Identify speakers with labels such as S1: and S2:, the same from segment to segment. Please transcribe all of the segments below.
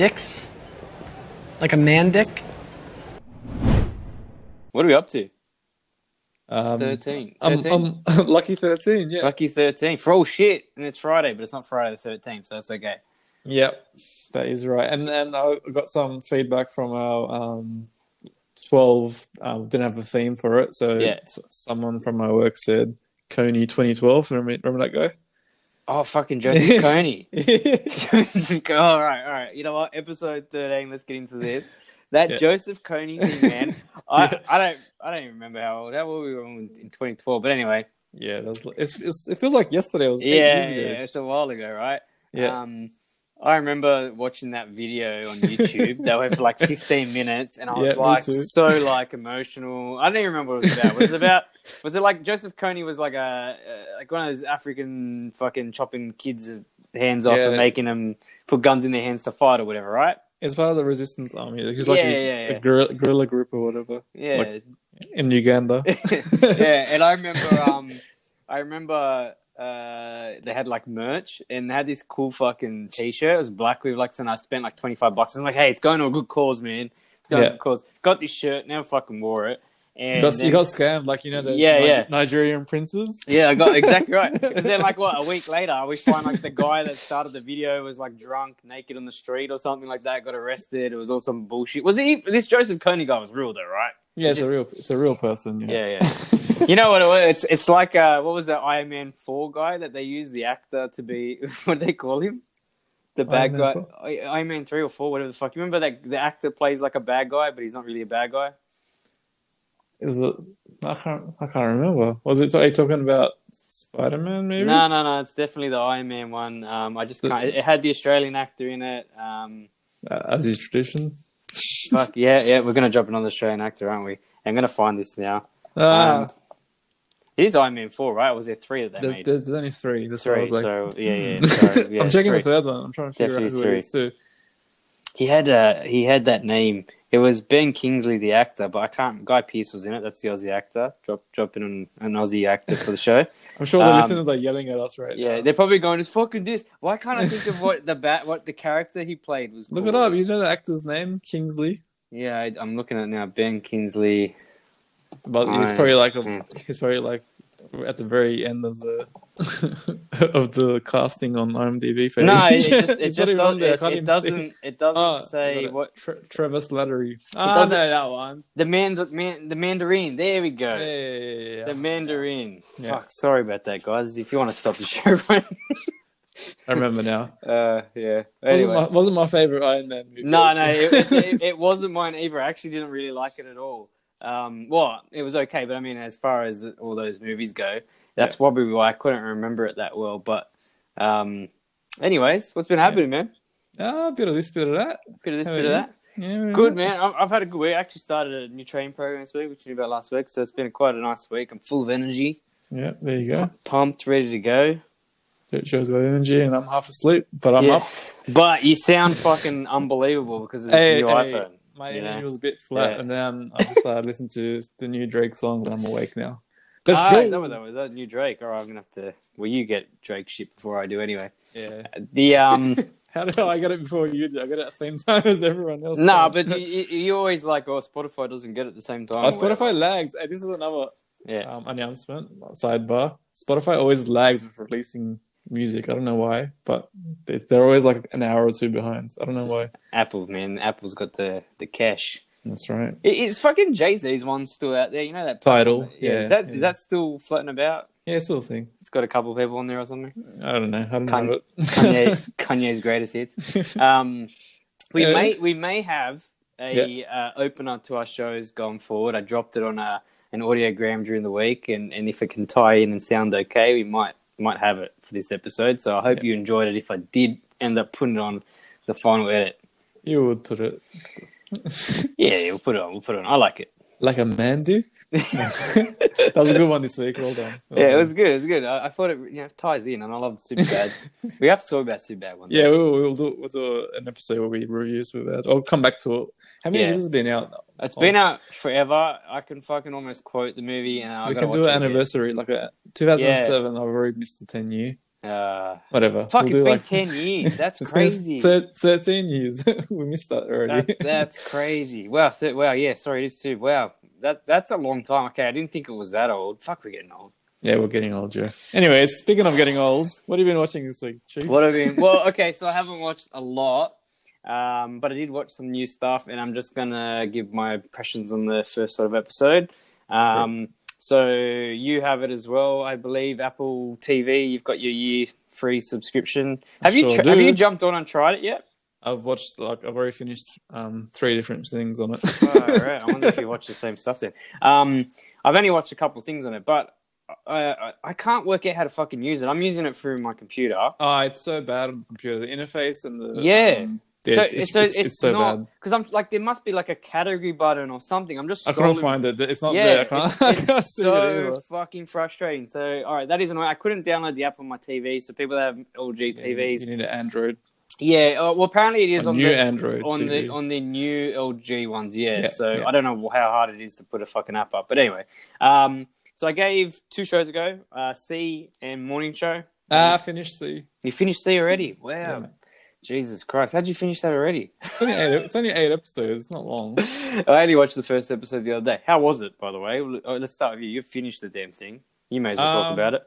S1: dicks? Like a man dick?
S2: What are we up to?
S3: Um,
S2: 13.
S3: I'm,
S2: 13?
S3: I'm lucky 13, yeah.
S2: Lucky 13. For all shit. And it's Friday, but it's not Friday the 13th, so that's okay.
S3: Yep, that is right. And and I got some feedback from our um, twelve. Um, didn't have a theme for it, so
S2: Yeah.
S3: s- someone from my work said Coney twenty twelve. Remember, remember that guy?
S2: Oh, fucking Joseph Coney.
S3: yeah,
S2: Joseph, Co- all right, all right. You know what? Episode 13, let's get into this. That
S3: Yeah.
S2: Joseph Coney thing, man. I, I don't I don't even remember how old. How old we were in 2012, but anyway.
S3: that was, it's, it's, it feels like yesterday. It was eight
S2: Yeah,
S3: years ago.
S2: yeah, it's a while ago, right?
S3: yeah.
S2: Um, I remember watching that video on YouTube. they were for like 15 minutes, and I
S3: Yeah,
S2: was
S3: me
S2: like
S3: too.
S2: so like emotional. I don't even remember what it was about. Was it about? Was it like Joseph Kony was like a uh, like one of those African fucking chopping kids' hands off and
S3: Yeah.
S2: making them put guns in their hands to fight or whatever, right?
S3: it's part of the resistance army. He's like
S2: Yeah,
S3: a,
S2: yeah, yeah.
S3: a guerrilla, guerrilla group or whatever
S2: Yeah,
S3: Like- in Uganda.
S2: yeah, and I remember, um, I remember uh, they had like merch and they had this cool fucking t-shirt. It was black with like, and I spent like twenty five bucks. I'm like, hey, it's going to a good cause, man. It's going to
S3: Yeah.
S2: a good cause. Got this shirt, never fucking wore it. And
S3: You got,
S2: then-
S3: you got scammed, like you know those
S2: Yeah,
S3: Ni-
S2: yeah.
S3: Nigerian princes.
S2: yeah, I got exactly right. And then, like, what a week later, we find like the guy that started the video was like drunk, naked on the street or something like that. Got arrested. It was all some bullshit. Was it e, this Joseph Coney guy was real though, right?
S3: Yeah, it's
S2: Just-
S3: a real, it's a real person.
S2: Yeah, yeah. You know what it was? It's it's like uh, what was that Iron Man four guy that they used the actor to be? What do they call him? The bad
S3: Iron Man
S2: guy,
S3: four?
S2: I Iron Man three or four, whatever the fuck. You remember that the actor plays like a bad guy, but he's not really a bad guy.
S3: Is it? I can't. I can't remember. Was it? Are you talking about Spider Man? Maybe.
S2: No, no, no. It's definitely the Iron Man one. Um, I just
S3: The-
S2: can't. It it had the Australian actor in it. Um,
S3: Uh, as is tradition.
S2: fuck yeah, yeah. We're gonna drop another Australian actor, aren't we? I'm gonna find this now.
S3: Ah,
S2: Um, It is Iron Man four, right? Or was there three that they
S3: there's,
S2: made?
S3: there's, there's only three. That's why I
S2: three.
S3: was like. hmm.
S2: so yeah, yeah. Sorry, yeah
S3: I'm checking
S2: three.
S3: the third one. I'm trying to figure
S2: Definitely
S3: out who it is too.
S2: He had uh he had that name. It was Ben Kingsley, the actor, but I can't. Guy Pearce was in it. That's the Aussie actor. Drop dropping on an Aussie actor for the show.
S3: I'm sure the
S2: Um,
S3: listeners are yelling at us right
S2: yeah,
S3: now.
S2: they're probably going, "It's fucking this." Why can't I think of what the bat, what the character he played was?
S3: Look it up.
S2: called?
S3: You know the actor's name, Kingsley,
S2: Yeah, I, I'm looking at it now. Ben Kingsley.
S3: but he's
S2: Alright.
S3: probably like a,
S2: Mm.
S3: he's probably like at the very end of the of the casting on IMDb. page.
S2: No, it, it just it
S3: It's
S2: just
S3: not even on
S2: doesn't
S3: there. I
S2: it,
S3: can't
S2: it
S3: even see.
S2: doesn't it doesn't
S3: Oh, I
S2: say
S3: got it.
S2: what
S3: Tre- Trevor Slattery.
S2: Ah,
S3: Ah,
S2: doesn't- no,
S3: no, that one.
S2: the man, man the Mandarin. There we go.
S3: Yeah, yeah, yeah, yeah.
S2: The Mandarin.
S3: Yeah.
S2: Fuck, sorry about that, guys. If you want to stop the show, right?
S3: I remember now.
S2: Uh, yeah.
S3: Wasn't, my, wasn't my favorite Iron Man movie.
S2: No, no, it, it, it, it wasn't mine either. I actually didn't really like it at all. Um, well, it was okay, but I mean, as far as all those movies go, that's probably why I couldn't remember it that well. But, um, anyways, what's been happening, man?
S3: ah, a bit of this, bit of that.
S2: Bit of this,
S3: How
S2: bit of
S3: are
S2: that.
S3: Yeah, yeah.
S2: Good man. I've, I've had a good week. I actually started a new training program this week, which you knew about last week. So it's been quite a nice week. I'm full of energy,
S3: Yeah, there you go.
S2: pumped, ready to go.
S3: It shows got energy, and I'm half asleep, but I'm
S2: Yeah.
S3: up.
S2: But you sound fucking unbelievable because of this
S3: Hey,
S2: new
S3: hey,
S2: iPhone.
S3: My
S2: you know?
S3: energy was a bit flat,
S2: Yeah.
S3: and then I just started listening to the new Drake song, and I'm awake now. Let's
S2: Ah,
S3: go.
S2: is that what that was? Is that new Drake? All right, I'm gonna have to. Well, you get Drake shit before I do anyway.
S3: Yeah.
S2: The um,
S3: How do I get it before you do? I get it at the same time as everyone else.
S2: no,
S3: Tom.
S2: but you, you you always like, oh, Spotify doesn't get it at the same time.
S3: Oh,
S2: or whatever.
S3: Spotify lags. And this is another
S2: Yeah,
S3: um, announcement sidebar. Spotify always lags with releasing music. I don't know why, but they, they're always like an hour or two behind. I don't know why.
S2: Apple man, Apple's got the the cash.
S3: That's right.
S2: It, it's fucking Jay Z's one still out there. You know that
S3: Tidal,
S2: is
S3: yeah,
S2: that is
S3: yeah.
S2: that still floating about?
S3: Yeah, it's still a thing.
S2: It's got a couple of people on there or something.
S3: I don't know. I don't
S2: Kan-
S3: know.
S2: Kanye,
S3: It.
S2: Kanye's greatest hits. Um, we
S3: Yeah.
S2: may we may have a uh, opener to our shows going forward. I dropped it on a an audiogram during the week, and, and if it can tie in and sound okay, we might might have it for this episode. So I hope you enjoyed it. If I did end up putting it on the final edit,
S3: you would put it
S2: yeah, yeah, we'll put it on. We'll put it on. I like it.
S3: like a man dick. that was a good one this week. Well done. Well
S2: Yeah, it
S3: done.
S2: was good. It was good. I, I thought it you know ties in, and I love Superbad. we have to talk about Superbad one. day.
S3: Yeah, we will, we will do, we'll do an episode where we review that. I'll come back to it. How many
S2: Yeah.
S3: years has it been out?
S2: It's
S3: Oh.
S2: been out forever. I can fucking almost quote the movie, and I
S3: we
S2: gotta
S3: can do
S2: watch
S3: an
S2: it again.
S3: anniversary, like a 2007. I've already missed the 10 year.
S2: Uh,
S3: Whatever.
S2: fuck,
S3: We'll
S2: it's
S3: do,
S2: been
S3: like-
S2: 10 years. That's
S3: It's been
S2: crazy.
S3: thir- 13 years. we missed that already.
S2: That, that's crazy. Wow. Th- wow. Yeah. Sorry, it is too. Wow. That that's a long time. Okay, I didn't think it was that old. Fuck, we're getting old.
S3: yeah, we're getting old, Joe. Anyways, speaking of getting old, what have you been watching this week, Chief?
S2: What have been? Well, okay. So I haven't watched a lot, um, but I did watch some new stuff, and I'm just gonna give my impressions on the first sort of episode. Um, So you have it as well, I believe. Apple TV. You've got your year free subscription. Have you
S3: sure
S2: tr- have
S3: do.
S2: you jumped on and tried it yet?
S3: I've watched, like, I've already finished um, three different things on it.
S2: All right. I wonder if you watch the same stuff then. Um, I've only watched a couple of things on it, but I, I, I can't work out how to fucking use it. I'm using it through my computer.
S3: Oh, it's so bad on the computer. The interface and the
S2: Yeah.
S3: um, yeah,
S2: so,
S3: it's, it's,
S2: so
S3: it's, so bad.
S2: Because I'm like, there must be like a category button or something. I'm just.
S3: I couldn't
S2: scrolling-
S3: find it. It's not there.
S2: Yeah,
S3: I can't,
S2: it's,
S3: I
S2: it's
S3: can't see it
S2: so
S3: anywhere.
S2: fucking frustrating. So, all right, that is annoying. I couldn't download the app on my TV. So people that have LG
S3: Yeah,
S2: TVs,
S3: You need an Android,
S2: yeah. uh, well, apparently it is
S3: a
S2: on
S3: new
S2: the
S3: Android
S2: on
S3: TV.
S2: the on the new LG ones, yeah.
S3: Yeah,
S2: so
S3: yeah.
S2: I don't know how hard it is to put a fucking app up, but anyway. Um, so I gave two shows ago, uh, C and Morning Show.
S3: ah, finish C.
S2: You finished C already? Wow,
S3: Yeah, mate.
S2: Jesus Chrisst! How'd you finish that already?
S3: It's only eight. It's only eight episodes. It's not long.
S2: I only watched the first episode the other day. How was it, by the way? L- oh, Let's start with you. You finished the damn thing. You may as well talk
S3: Um,
S2: about it.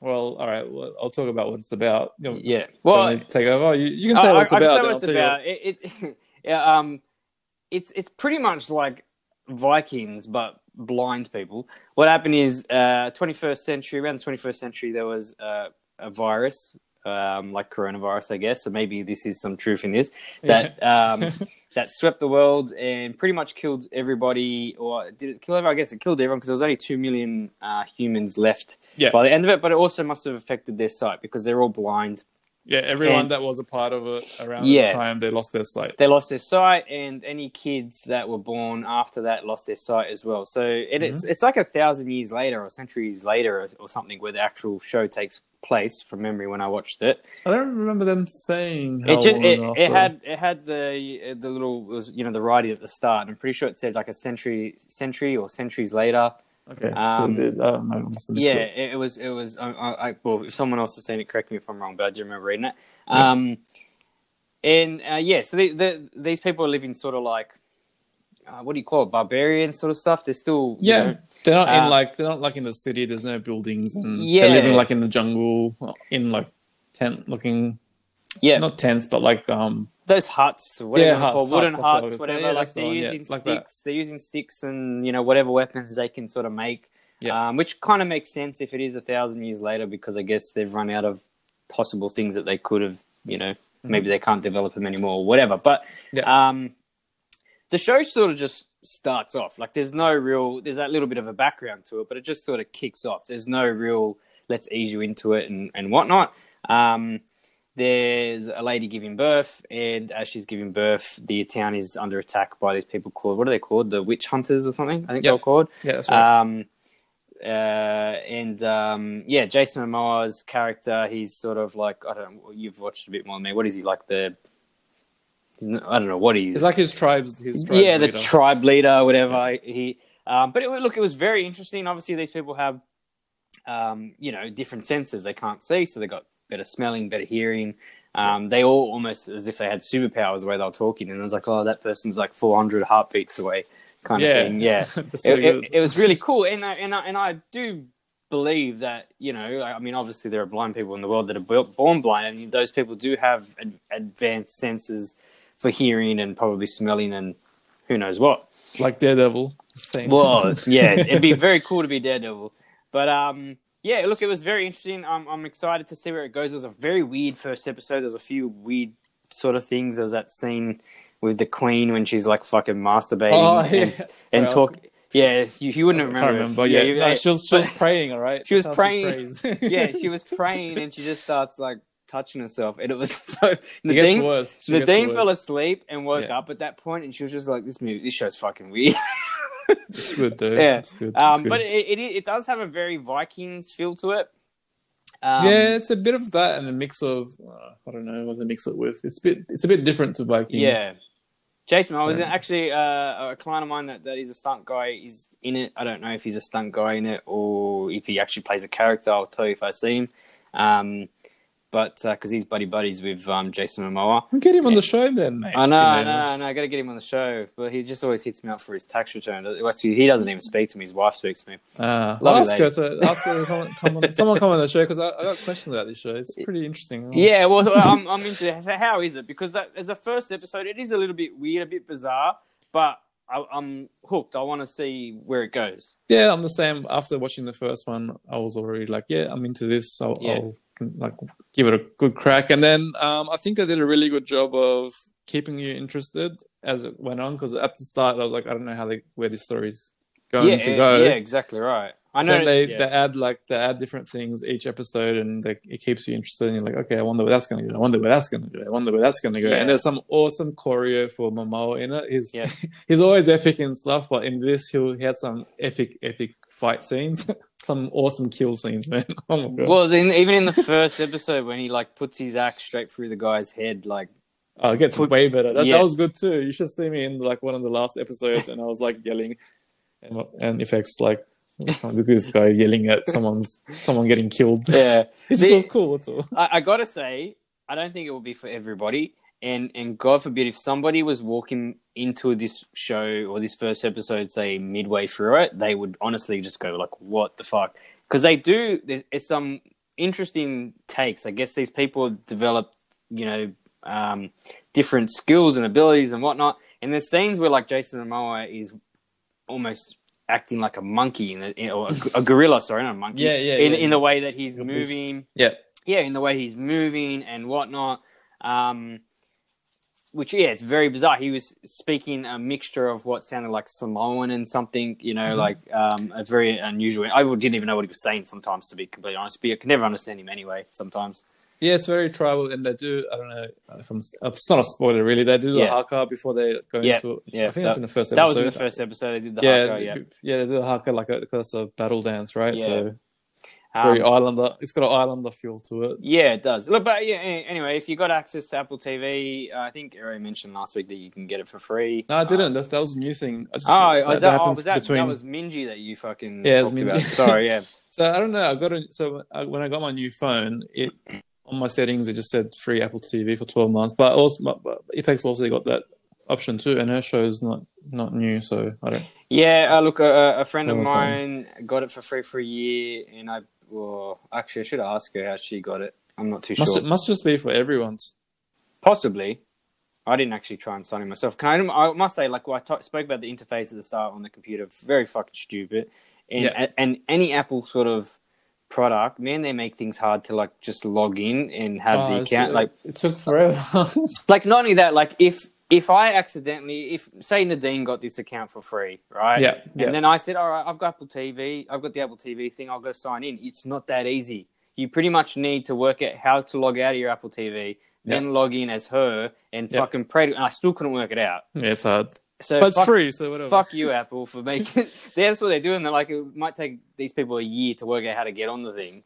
S3: Well, all right. Well, I'll talk about what it's about. You know,
S2: Yeah.
S3: you
S2: Well,
S3: want me to take over. You, you can say what it's
S2: I, I-
S3: about.
S2: I
S3: then
S2: can
S3: I'll
S2: say
S3: tell
S2: what
S3: you
S2: it's about. It, it, yeah, um, it's it's pretty much like Vikings, but blind people. What happened is, uh, 21st century around the 21st century, there was uh, a virus, um, like coronavirus, I guess. So maybe this is some truth in this that um, that swept the world and pretty much killed everybody, or did it kill everyone? I guess it killed everyone because there was only two million uh, humans left
S3: Yeah.
S2: by the end of it. But it also must have affected their sight because they're all blind.
S3: yeah, everyone
S2: and-
S3: that was a part of it around
S2: Yeah.
S3: the time they lost their sight.
S2: they lost their sight, and any kids that were born after that lost their sight as well. So it, it's
S3: Mm-hmm.
S2: it's like a thousand years later or centuries later or, or something where the actual show takes place from memory when I watched it.
S3: I don't remember them saying how
S2: It just
S3: long after.
S2: it, it had it had the the little it was, you know the writing at the start. and I'm pretty sure it said like a century century or centuries later.
S3: Okay,
S2: um,
S3: so it did. I don't know. I must have missed
S2: Yeah,
S3: it.
S2: it, it was it was. I, I, I, well, if someone else has seen it, correct me if I'm wrong, but I do remember reading it.
S3: Yeah.
S2: Um, and uh, yeah, so the, the, these people are living sort of like uh, what do you call it, barbarian sort of stuff. They're still you
S3: Yeah,
S2: know,
S3: they're not
S2: Uh,
S3: in like they're not like in the city. There's no buildings, and
S2: Yeah.
S3: they're living like in the jungle, in like tent looking,
S2: yeah,
S3: not tents, but like um
S2: those huts, whatever
S3: Yeah,
S2: they're called,
S3: huts,
S2: wooden
S3: huts, that's
S2: huts,
S3: what it was.
S2: whatever.
S3: Yeah,
S2: like
S3: that's the
S2: they're
S3: one, yeah,
S2: using
S3: like that.
S2: sticks, they're using sticks, and you know whatever weapons they can sort of make.
S3: Yeah.
S2: Um, which kind of makes sense if it is a thousand years later, because I guess they've run out of possible things that they could have. You know, maybe they can't develop them anymore, or whatever. But
S3: Mm-hmm. Yeah.
S2: um, the show sort of just starts off. Like there's no real. There's that little bit of a background to it, but it just sort of kicks off. There's no real. Let's ease you into it and and whatnot. Um, there's a lady giving birth, and as she's giving birth, the town is under attack by these people called what are they called? The witch hunters or something? I think
S3: Yep.
S2: they're called.
S3: yeah, that's right.
S2: Um, uh, and um, yeah, Jason Momoa's character, he's sort of like I don't. know, You've watched a bit more than me. What is he like? The he's n- I don't know what he is
S3: it's like his tribes. His tribes
S2: yeah, the
S3: leader.
S2: tribe leader, whatever he. Um, but it, wa- look, it was very interesting. Obviously, these people have, um, you know, different senses. They can't see, so they got better smelling, better hearing. Um, they all almost as if they had superpowers the way they were talking. And I was like, oh, that person's like 400 heartbeats away, kind
S3: yeah,
S2: of thing. Yeah,
S3: That's so
S2: it, it-
S3: good.
S2: it was really cool, and I, and I, and I do believe that you know, I mean, obviously there are blind people in the world that are bu- born blind, and those people do have ad- advanced senses for hearing and probably smelling and who knows what.
S3: like Daredevil. Same.
S2: Well, yeah, it'd be very cool to be Daredevil, but um. Yeah, look, it was very interesting. I'm, I'm excited to see where it goes. It was a very weird first episode. There was a few weird sort of things. There was that scene with the queen when she's like fucking masturbating
S3: Oh, yeah.
S2: and, and
S3: Sorry,
S2: talk. Yeah, you, you
S3: I
S2: wouldn't
S3: can't
S2: remember.
S3: remember.
S2: it.
S3: Yeah,
S2: you-
S3: no, she was, she was praying. All right,
S2: She was
S3: That's how
S2: praying.
S3: prays.
S2: yeah, she was praying and she just starts like touching herself, and it was so.
S3: It gets
S2: Nadine,
S3: worse. She gets
S2: Nadine fell
S3: worse.
S2: asleep and woke
S3: Yeah.
S2: up at that point, and she was just like, "This movie, this show's fucking weird."
S3: It's good though.
S2: Yeah.
S3: it's good. it's
S2: um,
S3: good.
S2: but it, it it does have a very Vikings feel to it. Um,
S3: yeah, it's a bit of that and a mix of uh, I don't know what to mix it with. It's a bit it's a bit different to Vikings.
S2: Yeah. Jason, I was
S3: Yeah.
S2: actually uh, a client of mine that, that is a stunt guy is in it. I don't know if he's a stunt guy in it or if he actually plays a character. I'll tell you if I see him. Um, but because he's buddy buddies with um, Jason Momoa.
S3: We'll get him on the show then, mate.
S2: I know, I know,
S3: Jimenez.
S2: I know. I got to get him on the show, but he just always hits me up for his tax return. Well, actually, he doesn't even speak to me. His wife speaks to me.
S3: Ah,
S2: Lovely
S3: ask her
S2: lady.
S3: to ask her to come, come on. Someone come on the show because I, I got questions about this show. It's pretty interesting.
S2: Yeah, well, I'm, I'm into so how is it because that, as a first episode, it is a little bit weird, a bit bizarre, but I, I'm hooked. I want to see where it goes.
S3: yeah. I'm the same. After watching the first one, I was already like, yeah, I'm into this. I'll,
S2: Yeah.
S3: I'll like give it a good crack. And then um, I think they did a really good job of keeping you interested as it went on. Because at the start, I was like, I don't know how they where this story's going
S2: yeah,
S3: to go.
S2: yeah, exactly right. I know.
S3: then they,
S2: yeah.
S3: they add like they add different things each episode and like it keeps you interested and you're like okay i wonder where that's going to go i wonder where that's going to go i wonder where that's going to go
S2: Yeah.
S3: and there's some awesome choreo for momoa in it he's
S2: Yeah.
S3: he's always epic and stuff but in this he'll he had some epic epic fight scenes some awesome kill scenes man oh my god
S2: Well, then even in the first episode when he like puts his axe straight through the guy's head, like
S3: oh, it gets way better that,
S2: Yeah.
S3: that was good too you should see me in like one of the last episodes and i was like yelling and, and effects like look at this guy yelling at someone's someone getting killed
S2: yeah.
S3: it just
S2: The-
S3: was cool that's all
S2: I, I gotta say, I don't think it will be for everybody. And and God forbid if somebody was walking into this show or this first episode, say midway through it, they would honestly just go like, "What the fuck?" Because they do. There's, it's some interesting takes. I guess these people have developed, you know, um, different skills and abilities and whatnot. And there's scenes where like Jason Momoa is almost acting like a monkey in the, or a, a gorilla, sorry, not a monkey.
S3: Yeah, yeah,
S2: In,
S3: yeah.
S2: in the way that he's
S3: Yeah, please.
S2: moving
S3: Yeah.
S2: yeah, in the way he's moving and whatnot. Um, which yeah, it's very bizarre. He was speaking a mixture of what sounded like Samoan and something, you
S3: Mhm.
S2: know, like um, a very unusual. I didn't even know what he was saying sometimes, to be completely honest. But you can never understand him anyway. Sometimes,
S3: Yeah, it's very tribal, and they do. I don't know. If I'm, it's not a spoiler, really. They do
S2: Yeah.
S3: a haka before they go
S2: Yeah,
S3: into.
S2: yeah,
S3: I think that's in the first episode.
S2: that was in the first episode. They did the
S3: yeah,
S2: haka, yeah.
S3: b- yeah, they do a haka like a, that's a battle dance, right?
S2: Yeah.
S3: So it's
S2: Um,
S3: very islander. It's got an islander feel to it.
S2: Yeah, it does. Look, but yeah. a- Anyway, if you got access to Apple TV, uh, I think Ari mentioned last week that you can get it for free.
S3: No, I
S2: Uh,
S3: didn't. That's, that was a new thing. I just,
S2: Oh, was that, oh,
S3: happened
S2: was that, that
S3: between-
S2: was Minji that you fucking
S3: Yeah, it was
S2: talked
S3: Minji.
S2: about? Sorry, yeah.
S3: So I don't know. I got a, so I, when I got my new phone, it on my settings it just said free Apple TV for twelve months. But also, my, but Apex also got that option too, and her show's not not new, so I don't.
S2: Yeah, uh, look, a, a friend of
S3: Awesome.
S2: mine got it for free for a year, and I, well, actually, I should ask her how she got it. I'm not too sure.
S3: Must must just be for everyone's.
S2: Possibly. I didn't actually try and sign in myself. Can I, I must say, like, well, I t- spoke about the interface at the start on the computer, very fucking stupid. And,
S3: Yeah.
S2: and any Apple sort of product, man, they make things hard to, like, just log in and have
S3: Oh,
S2: the
S3: it's-
S2: account. Like,
S3: it took forever.
S2: like not only that like if if i accidentally if say nadine got this account for free right
S3: Yeah,
S2: and
S3: yeah.
S2: then i said all right i've got apple tv i've got the apple tv thing i'll go sign in it's not that easy you pretty much need to work out how to log out of your apple tv then log in as her and
S3: Yeah.
S2: fucking pray to, and i still couldn't work it out
S3: yeah, it's hard,
S2: so
S3: but it's
S2: fuck,
S3: free, so whatever.
S2: fuck you apple for making that's what they're doing they're like it might take these people a year to work out how to get on the thing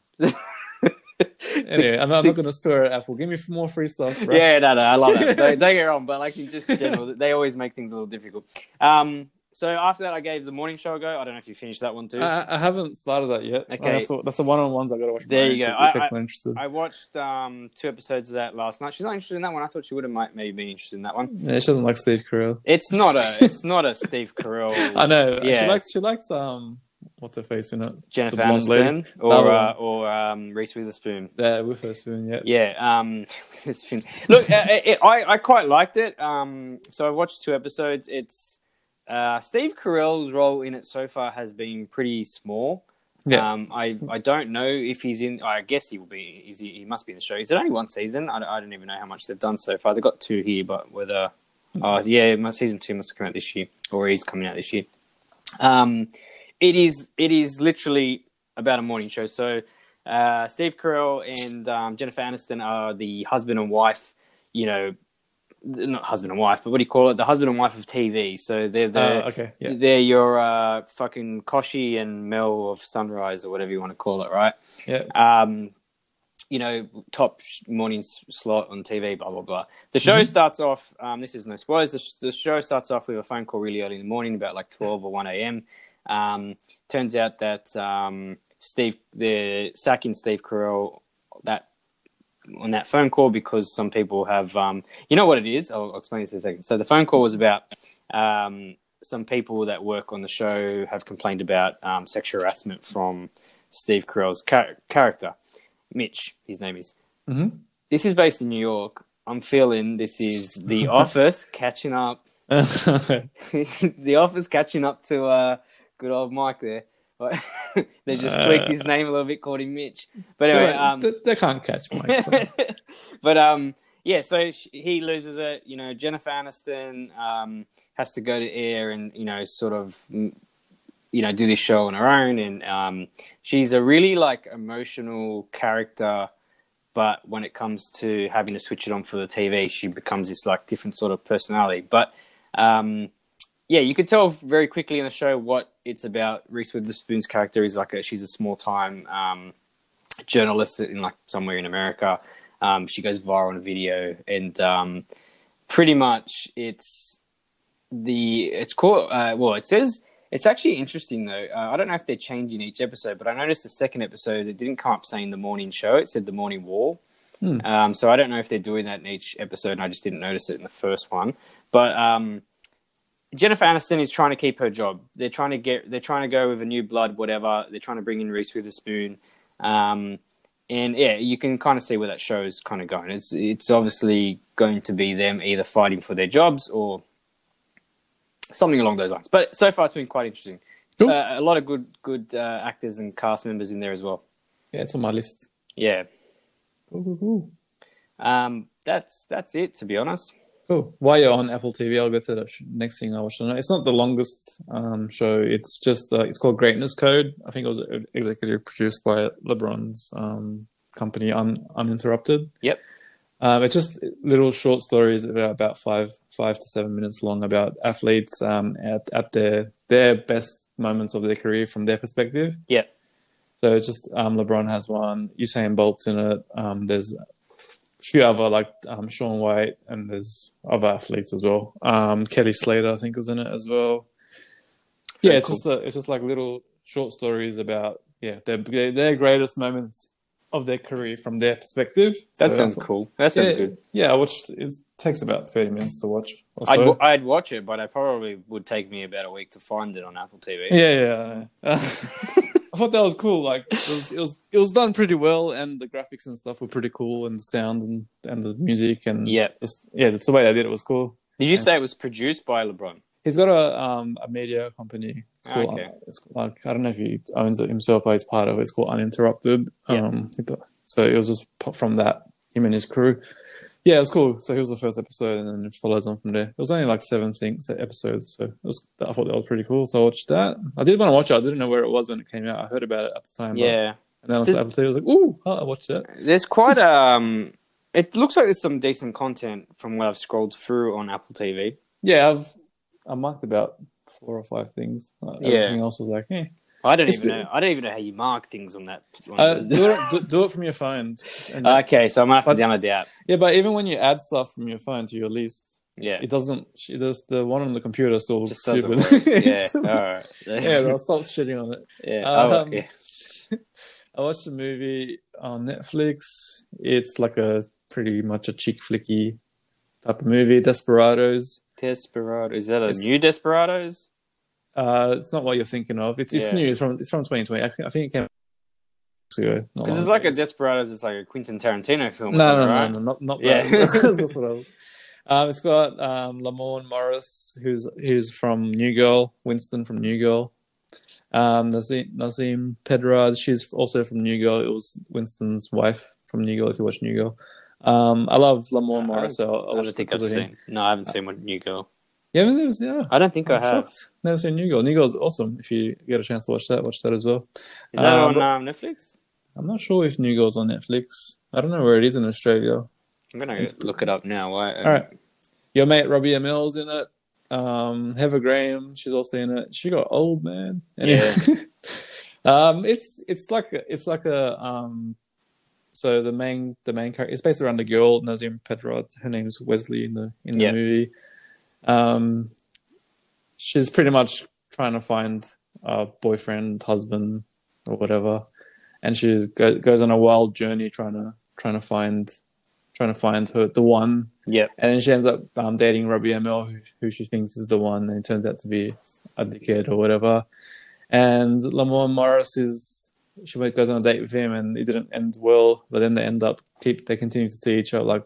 S3: Anyway, I'm, I'm not gonna swear at Apple. Give me more free stuff. Bro.
S2: Yeah, no, no, I love that. don't, don't get me wrong, but like in just general, they always make things a little difficult. Um, so after that, I gave the morning show a go. I don't know if you finished that one too.
S3: I, I haven't started that yet.
S2: Okay.
S3: that's the, that's the one-on-ones I gotta watch.
S2: There
S3: mine,
S2: you go.
S3: 'cause
S2: I-
S3: Apex
S2: I-
S3: not interested.
S2: I watched um, two episodes of that last night. She's not interested in that one. I thought she would have might maybe been interested in that one.
S3: yeah, she doesn't like Steve Carell.
S2: It's not a it's not a Steve Carell,
S3: I know.
S2: Oh. Yeah.
S3: She likes she likes um what's her face in it.
S2: Jennifer
S3: the blonde
S2: Aniston,
S3: That
S2: or
S3: one.
S2: uh, or um, Reese Witherspoon.
S3: Yeah, with her spoon. Yeah.
S2: Yeah, um, it's been- look, uh, it, I I quite liked it. Um, so I watched two episodes. It's uh, Steve Carell's role in it so far has been pretty small.
S3: Yeah.
S2: Um, I, I don't know if he's in. I guess he will be. Is he, he must be in the show. Is it only one season? I, don't- I don't even know how much they've done so far. They've got two here, but whether uh, yeah, my season two must have come out this year, or is coming out this year. Um, it is it is literally about a morning show. So uh, Steve Carell and um, Jennifer Aniston are the husband and wife. You know, not husband and wife, but what do you call it? The husband and wife of TV. So they're the
S3: Uh, okay. Yeah.
S2: they're your uh, fucking Koshi and Mel of Sunrise or whatever you want to call it, right?
S3: Yeah.
S2: Um, you know, top sh- morning s- slot on TV, blah blah blah. The show
S3: Mhm.
S2: starts off. Um, this is no spoilers. The, sh- the show starts off with a phone call really early in the morning, about like twelve or one a.m. Um, turns out that um, Steve, the sacking Steve Carell, on that phone call because some people have, um, you know what it is? I'll, I'll explain this in a second. So the phone call was about um, some people that work on the show have complained about um, sexual harassment from Steve Carell's char- character, Mitch. His name is.
S3: Mhm.
S2: This is based in New York. I'm feeling this is The Office catching up the office catching up to uh, good old Mike there. But they just tweaked his name a little bit, called him Mitch. But anyway, um,
S3: they, they can't catch Mike.
S2: but um, yeah. So sh- he loses it. You know, Jennifer Aniston um, has to go to air and you know, sort of, mm, you know, do this show on her own. And um, she's a really like emotional character. But when it comes to having to switch it on for the TV, she becomes this like different sort of personality. But um, yeah, you could tell very quickly in the show what it's about. Reese Witherspoon's character is like a, she's a small time um, journalist in like somewhere in America. Um, she goes viral on a video, and um, pretty much it's the it's called uh, well, it says it's actually interesting though. Uh, I don't know if they're changing each episode, but I noticed the second episode it didn't come up saying the morning show; it said the morning war. Um, so I don't know if they're doing that in each episode, and I just didn't notice it in the first one. But um, Jennifer Aniston is trying to keep her job. They're trying to get. They're trying to go with a new blood, whatever. They're trying to bring in Reese Witherspoon, um, and yeah, you can kind of see where that show is kind of going. It's it's obviously going to be them either fighting for their jobs or something along those lines. But so far, it's been quite interesting.
S3: Cool.
S2: Uh, a lot of good good uh, actors and cast members in there as well.
S3: yeah, it's on my list.
S2: Yeah,
S3: Cool, cool, cool.
S2: um, that's that's it to be honest.
S3: Cool. While you're on Apple TV, I'll go to the sh- next thing I watched. It's not the longest um, show. It's just uh, it's called Greatness Code. I think it was e-, executive produced by LeBron's um, company, Un- Uninterrupted.
S2: Yep.
S3: Um, it's just little short stories that are about five five to seven minutes long about athletes um, at at their their best moments of their career from their perspective.
S2: Yep.
S3: So it's just um, LeBron has one, Usain Bolt's in it. Um, there's a few other like um, Sean White, and there's other athletes as well. Um, Kelly Slater, I think, was in it as well. Yeah,
S2: Very
S3: it's
S2: cool.
S3: just a, it's just like little short stories about yeah their their greatest moments of their career from their perspective.
S2: That
S3: So
S2: sounds
S3: that's-
S2: cool. That sounds
S3: yeah,
S2: good.
S3: Yeah, I watched. It takes about thirty minutes to watch. Or
S2: I'd,
S3: so.
S2: w- I'd watch it, but it probably would take me about a week to find it on Apple TV.
S3: Yeah, yeah. I know. I thought that was cool. Like it was, it was, it was done pretty well, and the graphics and stuff were pretty cool, and the sound and, and the music and
S2: Yeah.
S3: just yeah, that's the way they did it was cool.
S2: Did you say it was produced by LeBron?
S3: He's got a um a media company. It's called,
S2: Ah,
S3: uh,
S2: Okay.
S3: it's like I don't know if he owns it himself, but he's part of it. It's called Uninterrupted.
S2: Yeah.
S3: Um, so it was just pop from that him and his crew. Yeah, it was cool. So he was the first episode, and then it follows on from there. It was only like seven things episodes, so it was, I thought that was pretty cool. So I watched that. I did want to watch it. I didn't know where it was when it came out. I heard about it at the time. but-
S2: Yeah.
S3: and then I was, I was like, "Ooh, oh, I watched that."
S2: There's quite um it looks like there's some decent content from what I've scrolled through on Apple TV.
S3: Yeah, I've I marked about four or five things. Uh,
S2: Yeah.
S3: Everything else was like, "Eh."
S2: I don't
S3: It's
S2: even
S3: good.
S2: know I don't even know how you mark things on that. on
S3: Uh,
S2: this-
S3: do, it, do, do it from your phone. And-
S2: okay, so I'm gonna have to
S3: But-
S2: download the app.
S3: Yeah, but even when you add stuff from your phone to your list,
S2: Yeah.
S3: it doesn't. She does the one on the computer still looks
S2: Just
S3: stupid.
S2: doesn't work. Yeah. All right.
S3: yeah,
S2: Yeah.
S3: they'll stop shitting on it.
S2: oh,
S3: Um,
S2: yeah.
S3: I watched a movie on Netflix. It's like a pretty much a cheek flicky type of movie, Desperados.
S2: Desperado. Is that a
S3: it's-
S2: new Desperados?
S3: Uh, it's not what you're thinking of. It's it's
S2: Yeah.
S3: new. It's from it's from 2020. I, think- I think it came out years ago. not
S2: Because
S3: long
S2: it's like a
S3: ago.
S2: Desperados. It's like a Quentin Tarantino film.
S3: Oh,
S2: or
S3: no, no,
S2: something,
S3: no,
S2: right?
S3: no, not not
S2: Yeah.
S3: that. That's what I was- Um, it's got um, Lamorne Morris, who's who's from New Girl, Winston from New Girl. Um, Nazim, Nazim Pedrad, she's also from New Girl. It was Winston's wife from New Girl. If you watch New Girl, um, I love Lamorne
S2: I
S3: Morris. So I
S2: I
S3: watched
S2: don't
S3: it
S2: think I've
S3: because of him.
S2: seen. No, I haven't seen one new girl.
S3: Yeah, but it was, yeah.
S2: I don't think i
S3: I'm
S2: have.
S3: shocked. Never seen New Girl. New Girl's awesome. If you get a chance to watch that, watch that as well.
S2: Is that
S3: Um,
S2: on um, Netflix?
S3: I'm not sure if New Girl's on Netflix. I don't know where it is in Australia.
S2: I'm gonna go look it up now. Why?
S3: All right. Your mate Robbie Amell's in it. Um, Heather Graham, she's also in it. She got old man.
S2: Yeah.
S3: um, it's it's like a- it's like a um, so the main the main character it's based around a girl Nazim Pedrad. Her name's Wesley in the in the
S2: Yeah.
S3: movie. Um, she's pretty much trying to find a boyfriend, husband, or whatever, and she go, goes on a wild journey trying to trying to find trying to find her the one,
S2: Yep.
S3: and then she ends up um, dating Robbie ML, who, who she thinks is the one, and it turns out to be a dickhead or whatever. And Lamar Morris is she went- goes on a date with him, and it didn't end well. But then they end up keep they continue to see each other, like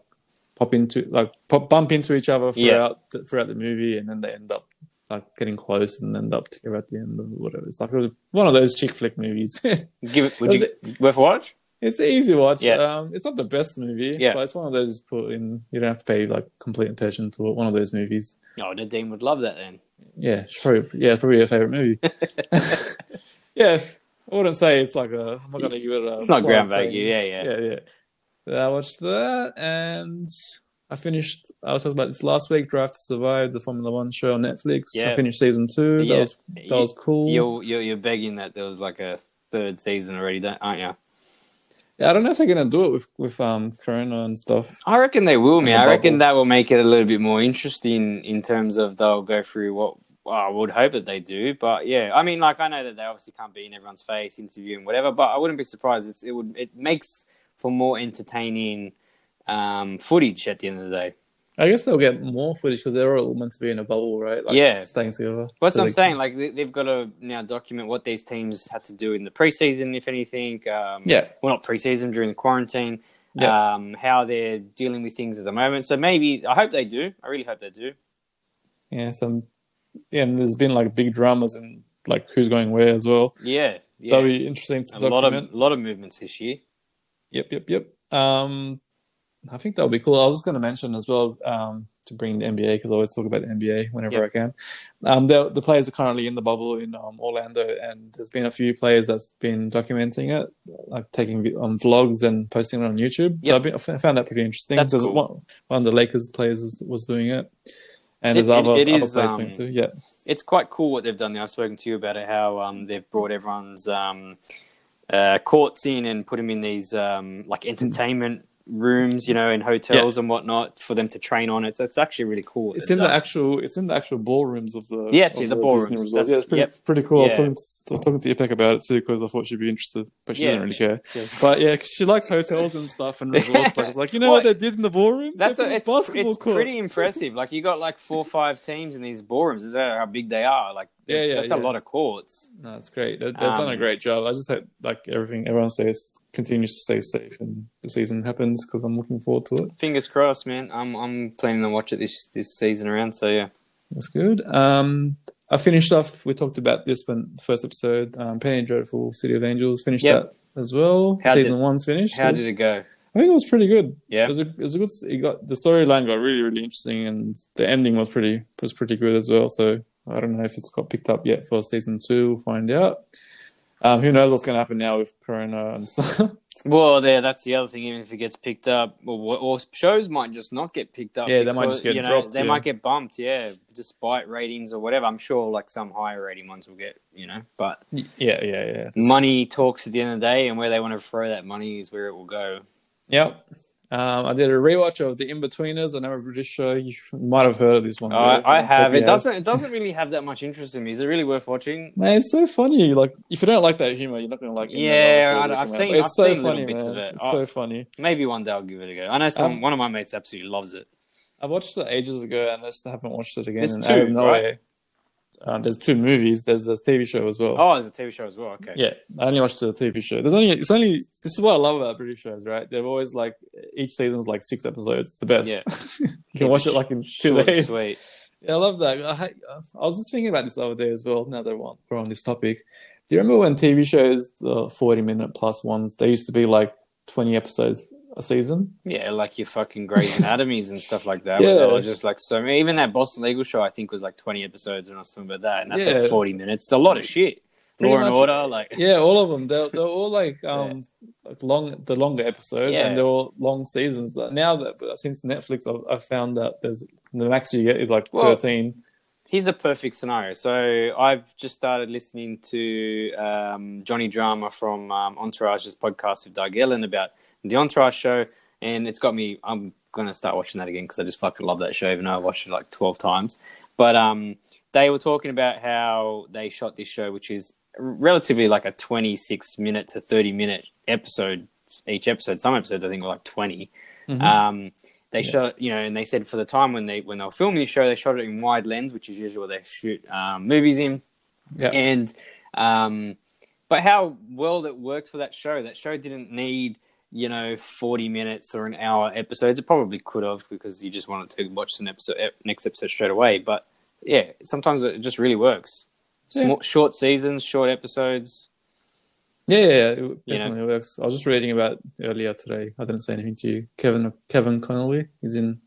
S3: pop into like pop, bump into each other
S2: Yeah.
S3: throughout the, throughout the movie, and then they end up. Like getting close and end up together at the end or whatever. It's like it was one of those chick flick movies.
S2: Give it. Would
S3: Was
S2: you worth a watch?
S3: It's an easy watch.
S2: Yeah.
S3: Um, it's not the best movie,
S2: Yeah.
S3: but it's one of those put in. You don't have to pay like complete attention to it. One of those movies.
S2: Oh, Nadine would love that then.
S3: Yeah, it's probably yeah, it's probably your favorite movie. yeah, I wouldn't say it's like a. I'm not gonna give it a.
S2: It's not
S3: plot
S2: ground
S3: saying-
S2: value. Yeah, yeah,
S3: yeah, yeah. Then I watched that, and I finished. I was talking about this last week. Drive to Survive, the Formula One show on Netflix. I
S2: Yeah.
S3: finished season two.
S2: Yeah.
S3: That was that was cool.
S2: You're, you're you're begging that there was like a third season already, don't, aren't you?
S3: Yeah, I don't know if they're gonna do it with with um Corona and stuff.
S2: I reckon they will, man.
S3: the
S2: I
S3: bubble.
S2: reckon that will make it a little bit more interesting in terms of they'll go through what I would hope that they do. But yeah, I mean, like I know that they obviously can't be in everyone's face, interview and whatever. But I wouldn't be surprised. It's, it would it makes for more entertaining um, footage at the end of the day.
S3: I guess they'll get more footage because they're all meant to be in a bubble, right? Like,
S2: Yeah.
S3: staying together.
S2: That's
S3: So
S2: what I'm
S3: they-
S2: saying. Like they, they've got to now document what these teams had to do in the preseason, if anything. Um,
S3: Yeah.
S2: Well, not preseason during the quarantine.
S3: Yeah.
S2: Um, how they're dealing with things at the moment. So maybe I hope they do. I really hope they do.
S3: Yeah, some. Yeah, and there's been like big dramas and like who's going where as well.
S2: Yeah. Yeah.
S3: That'll be interesting to
S2: a lot
S3: document.
S2: of lot of movements this year.
S3: Yep, yep, yep. Um, I think that'll be cool. I was just going to mention as well um, to bring the NBA because I always talk about the NBA whenever
S2: Yeah.
S3: I can. Um, the, the players are currently in the bubble in um, Orlando, and there's been a few players that's been documenting it, like taking vi- um, vlogs and posting it on YouTube. So
S2: Yeah.
S3: I've been, I f- I found that pretty interesting.
S2: That's
S3: There's
S2: cool.
S3: one, one of the Lakers players was, was doing it, and
S2: It-
S3: there's
S2: it-
S3: other,
S2: it
S3: other
S2: is,
S3: players
S2: um,
S3: doing it too. Yeah,
S2: It's quite cool what they've done there. I've spoken to you about it. How um, they've brought everyone's um, uh, courts in and put them in these um, like entertainment rooms, you know, in hotels and whatnot for them to train on. It's it's actually really cool. what
S3: it's
S2: they've
S3: in the
S2: done.
S3: actual it's in the actual ballrooms of the
S2: Yeah, it's
S3: of
S2: in the ballrooms.
S3: Disney resort.
S2: That's-
S3: yeah, it's pretty, pretty cool. I, was
S2: Yeah.
S3: talking to, I was talking to Ipek about it too because I thought she'd be interested, but she
S2: Yeah.
S3: doesn't really care.
S2: Yeah.
S3: But yeah, 'cause she likes hotels and stuff and resorts. Like, it's like you know what? they did in the ballroom?
S2: That's
S3: They put
S2: a,
S3: a
S2: it's,
S3: basketball
S2: it's
S3: court.
S2: pretty impressive. Like you got like four or five teams in these ballrooms. Is that how big they are? Like
S3: Yeah, yeah,
S2: that's
S3: yeah.
S2: a lot of courts.
S3: No, it's great. They, they've done a
S2: Um,
S3: great job. I just hope like everything everyone stays continues to stay safe and the season happens because I'm looking forward to it.
S2: Fingers crossed, man. I'm I'm planning to watch it this this season around. So yeah,
S3: That's good. Um, I finished off. We talked about this when the first episode, um, Penny Dreadful, City of Angels. Finished
S2: Yep.
S3: that as well.
S2: How
S3: Season
S2: did-
S3: one's finished.
S2: how
S3: It was-
S2: did it go?
S3: I think it was pretty good.
S2: Yeah.
S3: it was a, it was a good. It got the storyline got really really interesting, and the ending was pretty was pretty good as well. So I don't know if it's got picked up yet for season two. We'll find out. Um, who knows what's going to happen now with Corona and stuff?
S2: Well, there. That's the other thing. Even if it gets picked up, or, or shows might just not get picked up.
S3: Yeah, they might just get
S2: you know,
S3: dropped,
S2: They
S3: yeah.
S2: might get bumped. Yeah, despite ratings or whatever. I'm sure like some higher rating ones will get. You know, but
S3: yeah, yeah, yeah.
S2: money talks at the end of the day, and where they want to throw that money is where it will go.
S3: Yep. Um, I did a rewatch of The Inbetweeners, another British show. You might have heard of this one.
S2: Uh, I,
S3: right?
S2: I have.
S3: Hope you
S2: It doesn't. It doesn't really have that much interest in me. Is it really worth watching?
S3: Man, it's so funny. Like, if you don't like that humor, you're not gonna like. any of the
S2: Yeah,
S3: other shows
S2: I-
S3: that
S2: I've
S3: come out.
S2: seen-
S3: But It's
S2: I've
S3: so
S2: seen little
S3: funny,
S2: bits
S3: man.
S2: of it.
S3: It's
S2: I-
S3: so funny.
S2: Maybe one day I'll give it a go. I know some.
S3: I've-
S2: one of my mates absolutely loves it.
S3: I watched it ages ago, and I just haven't watched it again.
S2: There's
S3: and
S2: two,
S3: out of nowhere,
S2: right?
S3: um, there's two movies. There's this TV show as well.
S2: Oh, there's a TV show as well. Okay.
S3: Yeah, I only watched the TV show. There's only it's only this is what I love about British shows, right? They're always like each season's like six episodes. It's the best.
S2: Yeah.
S3: you can watch it like in two
S2: Short and
S3: days.
S2: Sweet.
S3: Yeah, I love that. I, ha- I was just thinking about this the other day as well. Now that we're- we're on this topic, do you remember when TV shows, the 40 minute plus ones, they used to be like 20 episodes a season?
S2: Yeah, like your fucking Grey's Anatomies and stuff like that.
S3: Yeah.
S2: Yeah. Where they just like so many. Even that Boston Legal show, I think, was like 20 episodes when I was talking about that. And that's
S3: Yeah.
S2: like 40 minutes. It's a lot of shit.
S3: Pretty
S2: Law and
S3: much-
S2: Order, like,
S3: Yeah, all of them. They're, they're all like um like long the longer episodes
S2: Yeah.
S3: and they're all long seasons. Now that but since Netflix, I've, I've found that there's the max you get is like
S2: Well,
S3: 13.
S2: here's a perfect scenario. So I've just started listening to um, Johnny Drama from um, Entourage's podcast with Doug Ellen about the Entourage show, and it's got me. I'm gonna start watching that again because I just fucking love that show, even though I watched it like twelve times. But um, they were talking about how they shot this show, which is relatively like a 26 minute to 30 minute episode each each episode. Some episodes I think were like 20
S3: Mhm.
S2: Um, they
S3: Yeah.
S2: shot, you know, and they said for the time when they when they were filming the show, they shot it in wide lens, which is usually what they shoot um, movies in.
S3: Yeah.
S2: And um, but how well it worked for that show. That show didn't need you know forty minutes or an hour episodes. It probably could have because you just wanted to watch the episode ep- next episode straight away. But yeah, sometimes it just really works. Small, Short seasons, short episodes.
S3: Yeah, yeah, yeah, it definitely works. I was just reading about earlier today. I didn't say anything to you. Kevin Kevin Connolly is in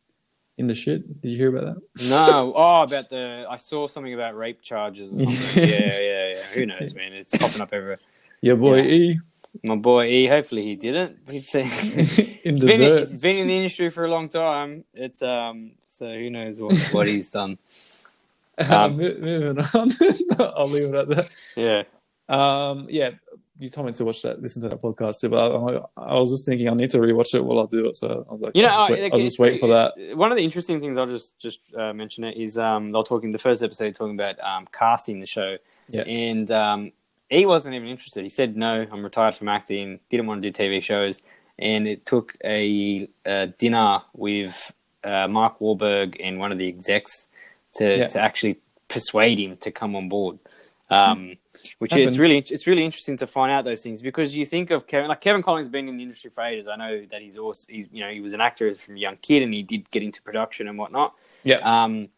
S3: in the shit. Did you hear about
S2: No, oh, about the I saw something about rape charges or something. yeah, yeah, yeah. Who knows, man? It's popping up everywhere.
S3: that? Your boy
S2: My boy E, hopefully he didn't. He's he's
S3: E in the
S2: been,
S3: dirt.
S2: he's been in the industry for a long time. It's um, so who knows what, what he's done?
S3: Uh,
S2: um,
S3: mo- moving on. I'll leave it at that.
S2: Yeah,
S3: Um, yeah, you told me to watch that, listen to that podcast too, but I, I I was just thinking I need to rewatch it while I do it. So I was like,
S2: you know, oh,
S3: I'll just
S2: I-
S3: wait,
S2: like,
S3: I'll just wait for that.
S2: One of the interesting things I'll just just uh, mention it is um, they're talking the first episode talking about um, casting the show,
S3: Yeah.
S2: and um, he wasn't even interested. He said, "No, I'm retired from acting. Didn't want to do TV shows." And it took a, uh dinner with uh, Mark Wahlberg and one of the execs to,
S3: Yeah.
S2: to actually persuade him to come on board. Um, which
S3: Happens.
S2: it's really it's really interesting to find out those things because you think of Kevin like Kevin Collins been in the industry for ages. I know that he's also he's you know he was an actor from a young kid and he did get into production and whatnot.
S3: Yeah.
S2: Um,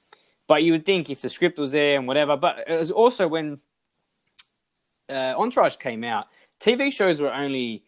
S2: but you would think if the script was there and whatever. But it was also when uh, Entourage came out, TV shows were only,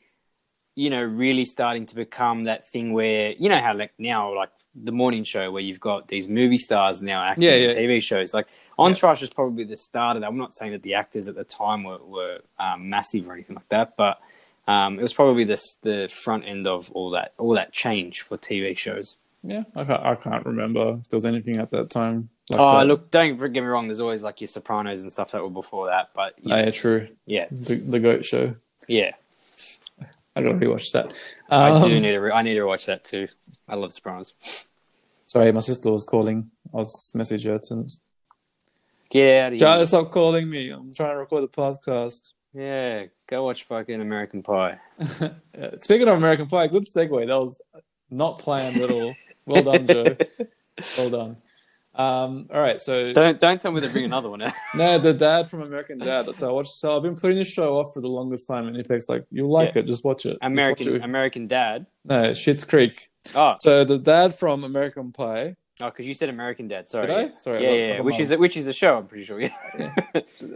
S2: you know, really starting to become that thing where you know how like now like the morning show where you've got these movie stars now acting
S3: Yeah,
S2: in
S3: yeah.
S2: TV shows. Like Entourage was probably the start of that. I'm not saying that the actors at the time were were um, massive or anything like that, but um, it was probably the the front end of all that all that change for TV shows.
S3: Yeah, I can't, I can't remember if there was anything at that time. Like uh,
S2: oh,
S3: that.
S2: look, don't get me wrong. There's always like your Sopranos and stuff that were before that, but
S3: Oh, yeah, true.
S2: yeah,
S3: The, the goat show.
S2: yeah.
S3: I gotta rewatch that.
S2: I do
S3: Um,
S2: need to. Re- I need to watch that too. I love Sopranos.
S3: Sorry, my sister was calling. I was messaging her. To...
S2: Get out of here.
S3: Jada, stop calling me. I'm trying to record a podcast.
S2: Yeah, go watch fucking American Pie.
S3: Uh, Speaking of American Pie, good segue. That was not planned at all. Well done, Joe. Well done. Um, all right, so
S2: Don't don't tell me to bring another one out.
S3: no, the dad from American Dad. So I watched. So I've been putting this show off for the longest time, and Apex like you'll like
S2: Yeah.
S3: it. Just watch it. Just watch
S2: American
S3: it.
S2: American Dad.
S3: No, Shit's Creek.
S2: Oh,
S3: So the dad from American Pie.
S2: oh, because you said American Dad. Sorry.
S3: Did I? Sorry.
S2: Yeah,
S3: I got-
S2: yeah,
S3: I
S2: yeah.
S3: got
S2: Which
S3: mine.
S2: is a, which is a show. I'm pretty sure. Yeah.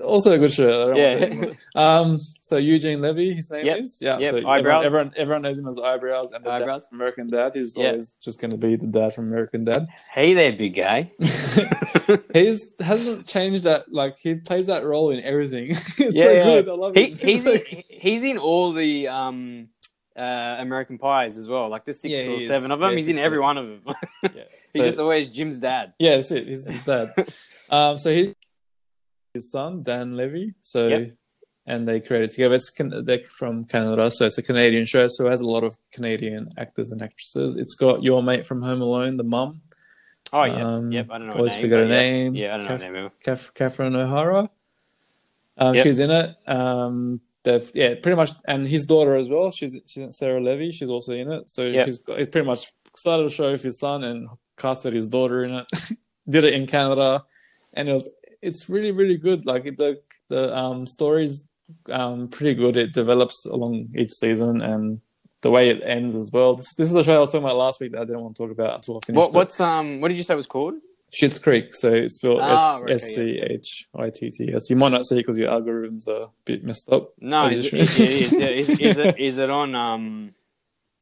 S3: also a good show. I don't watch it anymore.
S2: yeah.
S3: Um, so Eugene Levy, his name
S2: Yep.
S3: is yeah.
S2: Yep.
S3: So everyone,
S2: Eyebrows.
S3: everyone, everyone knows him as eyebrows and the dad
S2: Eyebrows.
S3: from American Dad. He's
S2: Yeah.
S3: always just going to be the dad from American Dad.
S2: hey there, big guy.
S3: He's hasn't changed that. Like he plays that role in everything. it's
S2: Yeah,
S3: so
S2: yeah.
S3: good. I love
S2: He,
S3: it.
S2: he's
S3: It's
S2: in,
S3: like-
S2: he's in all the um uh American Pies as well. Like the six
S3: Yeah, he
S2: or
S3: is.
S2: seven of them.
S3: Yeah,
S2: he's in
S3: six,
S2: every
S3: seven.
S2: one of them.
S3: yeah.
S2: he's
S3: So-
S2: just always Jim's dad.
S3: Yeah, that's it. He's the dad. um, so he's his son Dan Levy. So
S2: Yep.
S3: and they created together. It's can- they're from Canada, so it's a Canadian show. So it has a lot of Canadian actors and actresses. It's got your mate from Home Alone, the mum.
S2: Oh yeah,
S3: Um,
S2: yep. I don't know. her
S3: Always
S2: name,
S3: forget
S2: but
S3: her
S2: yeah.
S3: name.
S2: Yeah, I don't know her
S3: Kath-
S2: name. either.
S3: Kaf- Catherine O'Hara. Um,
S2: Yep.
S3: She's in it. Um, they've yeah, pretty much, and his daughter as well. She's she's Sarah Levy. She's also in it. So
S2: Yep.
S3: she's got, it pretty much started a show with his son and casted his daughter in it. Did it in Canada, and it was it's really really good. Like it- the the um, story's um, pretty good. It develops along each season and. The way it ends as well. This, this is the show I was talking about last week that I didn't want to talk about until I finished.
S2: What
S3: it.
S2: what's um what did you say it was called?
S3: Shit's Creek, so it's spelled
S2: Ah,
S3: S
S2: okay,
S3: S C H I T T S. You might not see because your algorithms are a bit messed up.
S2: No,
S3: As
S2: is it,
S3: usual.
S2: is, it- is, it- is, is it is it on um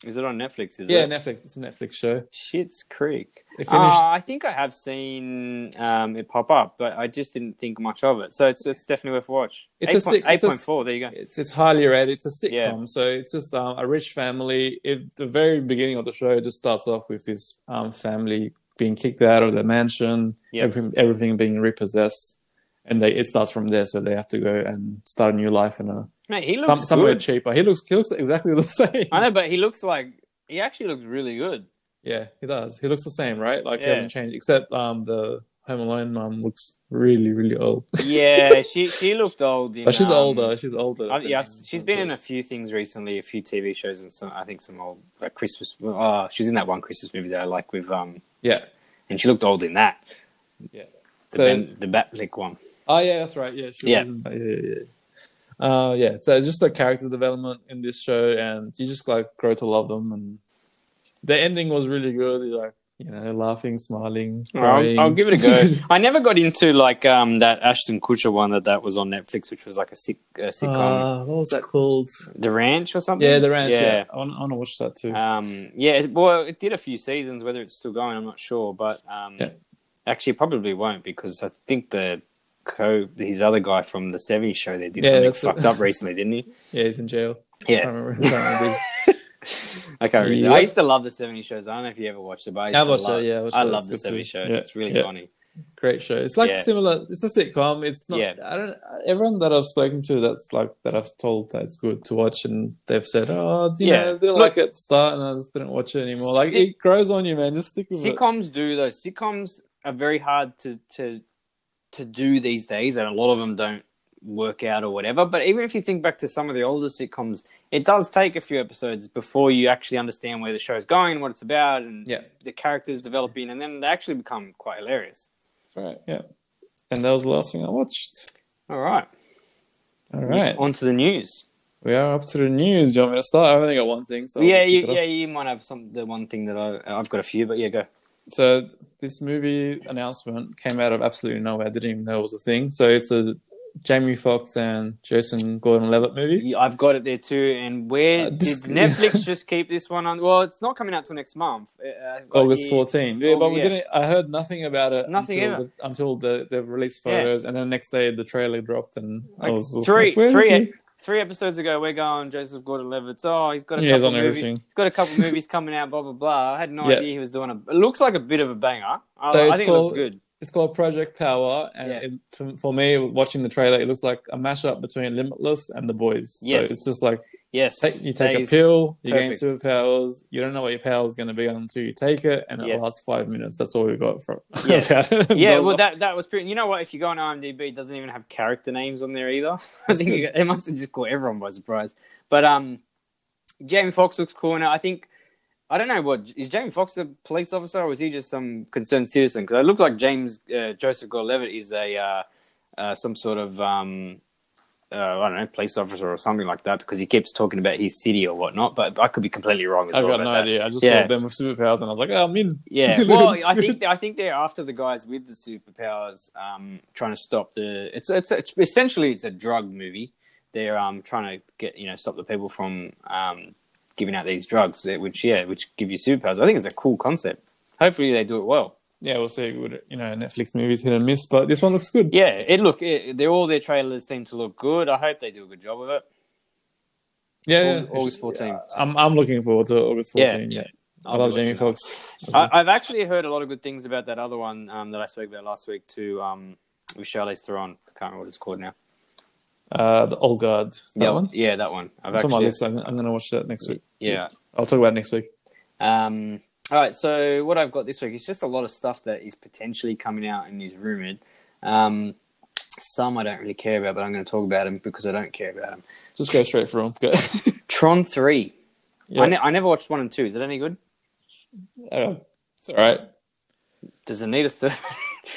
S2: is it on Netflix? Is
S3: yeah,
S2: it
S3: Netflix. It's a Netflix show.
S2: Shit's Creek?
S3: It finished.
S2: Uh, I think I have seen um, it pop up, but I just didn't think much of it. So it's it's definitely worth a watch.
S3: It's a six-
S2: eight
S3: it's a
S2: point four. There you go.
S3: it's, it's highly rated. It's a sitcom,
S2: Yeah.
S3: so it's just um, a rich family. If the very beginning of the show just starts off with this um, family being kicked out of their mansion,
S2: Yeah.
S3: everything, everything being repossessed, and they it starts from there. So they have to go and start a new life in a
S2: Mate, he looks
S3: some, somewhere
S2: good.
S3: cheaper. He looks he looks exactly the same.
S2: I know, but he looks like he actually looks really good.
S3: Yeah, he does. He looks the same, right? Like he
S2: Yeah.
S3: hasn't changed, except um the Home Alone mum looks really, really old.
S2: yeah, she she looked old. In,
S3: But she's
S2: um,
S3: older. She's older.
S2: I, yeah, she's been in a few things recently, a few TV shows, and some I think some old like Christmas. Oh, she's in that one Christmas movie that I like with um,
S3: Yeah.
S2: and she looked old in that.
S3: Yeah.
S2: The
S3: So-
S2: Ben- the Batlick one.
S3: Oh yeah, that's right. Yeah, she
S2: Yeah.
S3: was in that. Yeah, yeah, yeah. Uh, yeah. So it's just the character development in this show, and you just like grow to love them. And the ending was really good. You're like you know, laughing, smiling, crying.
S2: I'll, I'll give it a go. I never got into like um that Ashton Kutcher one that that was on Netflix, which was like a sick uh, sitcom,
S3: Uh, what was that called?
S2: The Ranch or something.
S3: Yeah, the ranch. Yeah, I, want, I want to watch that too.
S2: yeah. Um, yeah. it- Well, it did a few seasons. Whether it's still going, I'm not sure. But um,
S3: Yeah.
S2: actually, probably won't because I think the co his other guy from the '70s show they did
S3: Yeah,
S2: something
S3: that's it.
S2: fucked up recently, didn't he?
S3: yeah, he's in jail. I
S2: Yeah.
S3: can't remember. I can't remember his-
S2: I can't read it.
S3: Yeah.
S2: I used to love the '70s shows. I don't know if you ever watched it, but I used
S3: I've
S2: to
S3: watched
S2: love,
S3: it, yeah, I've watched
S2: I
S3: it.
S2: love the
S3: It's good too.
S2: '70s show.
S3: Yeah.
S2: It's really
S3: Yeah.
S2: funny.
S3: great show. It's like
S2: Yeah.
S3: similar. It's a sitcom. It's not.
S2: Yeah.
S3: I don't. Everyone that I've spoken to, that's like that I've told that it's good to watch, and they've said, "Oh, do you
S2: Yeah.
S3: know, they like it at the start, and I just didn't watch it anymore." Like
S2: Stick-
S3: it grows on you, man. Just stick with it.
S2: sitcoms do though. Sitcoms are very hard to to to do these days, and a lot of them don't work out or whatever. But even if you think back to some of the older sitcoms, it does take a few episodes before you actually understand where the show's going and what it's about, and
S3: Yeah.
S2: the characters developing, and then they actually become quite hilarious.
S3: That's right. Yeah. And that was the last thing I watched.
S2: All right,
S3: All right.
S2: on to the news.
S3: we are up to the news. Do you want me to start? I've only got one thing, so I'll
S2: yeah,
S3: just pick
S2: you,
S3: it up.
S2: yeah, you might have some the one thing that I I've got a few, but yeah, go.
S3: So this movie announcement came out of absolutely nowhere. I didn't even know it was a thing. So it's a Jamie Foxx and Jason Gordon-Levitt movie.
S2: Yeah, I've got it there too. And where
S3: Uh, this-
S2: did Netflix just keep this one on? Well, it's not coming out till next month. Uh, I've got
S3: August
S2: here-
S3: 14. Yeah, but we
S2: yeah.
S3: didn't. I heard nothing about it.
S2: Nothing
S3: until
S2: ever.
S3: the, until the the release photos, and then the next day the trailer dropped, and I
S2: Like
S3: was just
S2: three,
S3: like, "Where is
S2: three,
S3: he?"
S2: three episodes ago, we're going Joseph Gordon-Levitt's. Oh, he's got a
S3: Yeah, he's
S2: couple
S3: on
S2: movies.
S3: everything.
S2: He's got a couple movies coming out. Blah blah blah. I had no
S3: Yeah.
S2: idea he was doing a. It looks like a bit of a banger. I,
S3: So
S2: I
S3: it's
S2: think it
S3: called-
S2: looks good.
S3: It's called Project Power, and
S2: Yeah.
S3: it, to, for me, watching the trailer, it looks like a mashup between Limitless and The Boys.
S2: Yes.
S3: So it's just like
S2: Yes,
S3: take, you
S2: that
S3: take a
S2: is-
S3: pill, you gain
S2: perfect.
S3: superpowers. You don't know what your power is going to be until you take it, and it
S2: Yeah.
S3: lasts five minutes. That's all we got from
S2: Yeah.
S3: about it.
S2: Yeah, well, that that was pretty. You know what? If you go on IMDb, it doesn't even have character names on there either. I think it- they must have just caught everyone by surprise. But um, Jamie Foxx looks cool, and I think I don't know what is Jamie Foxx a police officer or is he just some concerned citizen? Because it looks like James uh, Joseph Gordon-Levitt is a uh, uh, some sort of um, uh, I don't know police officer or something like that because he keeps talking about his city or whatnot. But I could be completely wrong. As
S3: I've
S2: well
S3: got no
S2: about that.
S3: idea. I just
S2: Yeah.
S3: saw them with superpowers, and I was like, oh, I'm in.
S2: Yeah, well, I think I think they're after the guys with the superpowers, um, trying to stop the. It's it's, it's essentially it's a drug movie. They're um trying to get you know stop the people from um giving out these drugs, eh, which yeah, which give you superpowers. I think it's a cool concept. Hopefully they do it well.
S3: yeah, we'll see. Would it- You know, Netflix movies hit and miss, but this one looks good.
S2: Yeah, it look it, they all their trailers seem to look good. I hope they do a good job of it.
S3: Yeah,
S2: Aug- August 14.
S3: I'm I'm looking forward to August
S2: Yeah,
S3: 14. Yeah, I
S2: I'll
S3: love
S2: be watching
S3: Jamie
S2: that.
S3: Foxx.
S2: I, I've actually heard a lot of good things about that other one um, that I spoke about last week to um with Charlize Theron. I can't remember what it's called now.
S3: Uh, the Old Guard. That
S2: yeah,
S3: one.
S2: Yeah, that one. I've
S3: It's on my list. I'm, I'm gonna watch that next week.
S2: Yeah.
S3: I'll talk about it next week.
S2: Um, all right. So what I've got this week is just a lot of stuff that is potentially coming out and is rumored. Um, some I don't really care about, but I'm going to talk about them because I don't care about them.
S3: Just go straight for them. Go.
S2: Tron Three.
S3: Yeah.
S2: I, ne- I never watched one and two. Is it any good?
S3: Uh, it's all right.
S2: Does it need a third?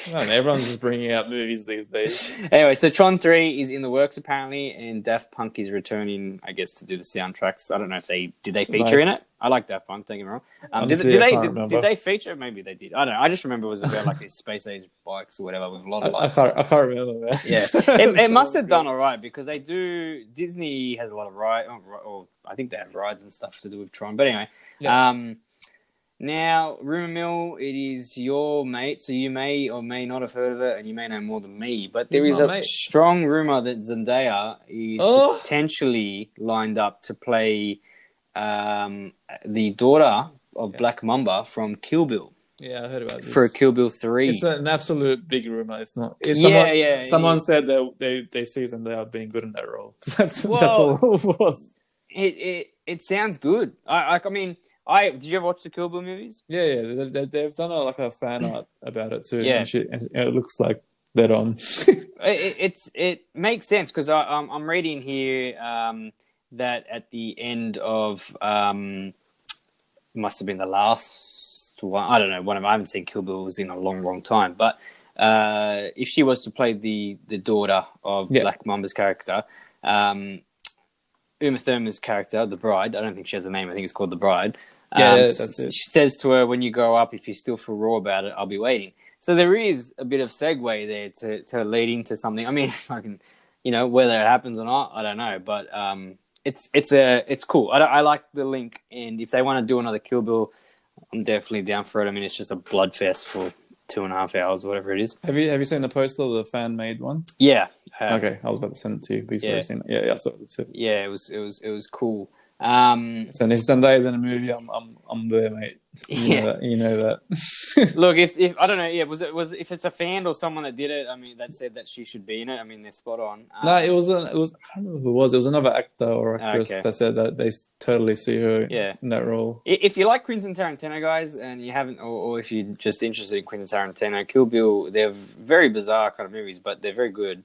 S3: I don't know, everyone's just bringing out movies these days.
S2: anyway, so Tron Three is in the works apparently, and Daft Punk is returning, I guess, to do the soundtracks. I don't know if they did they feature in it.
S3: Nice.
S2: I like Daft Punk. Don't get me wrong. Um, did,
S3: Honestly,
S2: did
S3: I
S2: they
S3: can't
S2: did, did
S3: remember.
S2: they feature? Maybe they did. I don't know. I just remember it was about like these space age bikes or whatever with a lot
S3: I,
S2: of
S3: I
S2: lights.
S3: can't. I can't remember. Man.
S2: Yeah, it, it must have done all right because they do. Disney has a lot of rides, or, or I think they have rides and stuff to do with Tron. But anyway,
S3: Yeah.
S2: um, now rumor mill, it is your mate, so you may or may not have heard of it, and you may know more than me. But there
S3: Who's
S2: is
S3: my
S2: a
S3: mate?
S2: strong rumor that Zendaya is
S3: Oh.
S2: potentially lined up to play um, the daughter of Black Mamba from Kill Bill
S3: Yeah, I heard about this.
S2: for a Kill Bill three.
S3: It's an absolute big rumor. It's not. It's
S2: Yeah,
S3: someone,
S2: yeah,
S3: Someone
S2: yeah.
S3: said that they they see Zendaya being good in that role. That's
S2: Well-
S3: that's all it was.
S2: it it, it sounds good. I like. I mean, I did you ever watch the Kill Bill movies?
S3: Yeah, yeah, they, they, they've done a, like a fan art about it too.
S2: Yeah.
S3: and, shit, and it looks like they're on.
S2: It, it, it's it makes sense because I'm I'm reading here um, that at the end of um, it must have been the last one. I don't know. One of I haven't seen Kill Bill was in a long, long time. But uh, if she was to play the the daughter of
S3: Yeah.
S2: Black Mamba's character, um, Uma Thurman's character, the bride. I don't think she has a name. I think it's called the bride.
S3: Yeah,
S2: um,
S3: yeah, that's it.
S2: She says to her, "When you grow up, if you still feel raw about it, I'll be waiting." So there is a bit of segue there to to leading to something. I mean, fucking, you know, whether it happens or not, I don't know. But um, it's it's a it's cool. I, don't- I like the link, and if they want to do another Kill Bill, I'm definitely down for it. I mean, it's just a blood fest for two and a half hours, whatever it is.
S3: have you have you seen the poster, the fan made one?
S2: Yeah. uh,
S3: okay, I was about to send it to you because
S2: yeah.
S3: I've seen it. Yeah, yeah, I saw it too.
S2: Yeah, it was it was it was cool. Um,
S3: So if Zendaya is in a movie, I'm I'm I'm there, mate. You
S2: Yeah.
S3: know that. You know that.
S2: look, if, if I don't know, yeah, was it was if it's a fan or someone that did it? I mean, that said that she should be in it. I mean, they're spot on. Um,
S3: no, it was not it was I don't know who it was. It was another actor or actress
S2: Okay.
S3: that said that they s- totally see her
S2: Yeah.
S3: in that role.
S2: I- If you like Quentin Tarantino, guys, and you haven't, or, or if you're just interested in Quentin Tarantino, Kill Bill, they're very bizarre kind of movies, but they're very good.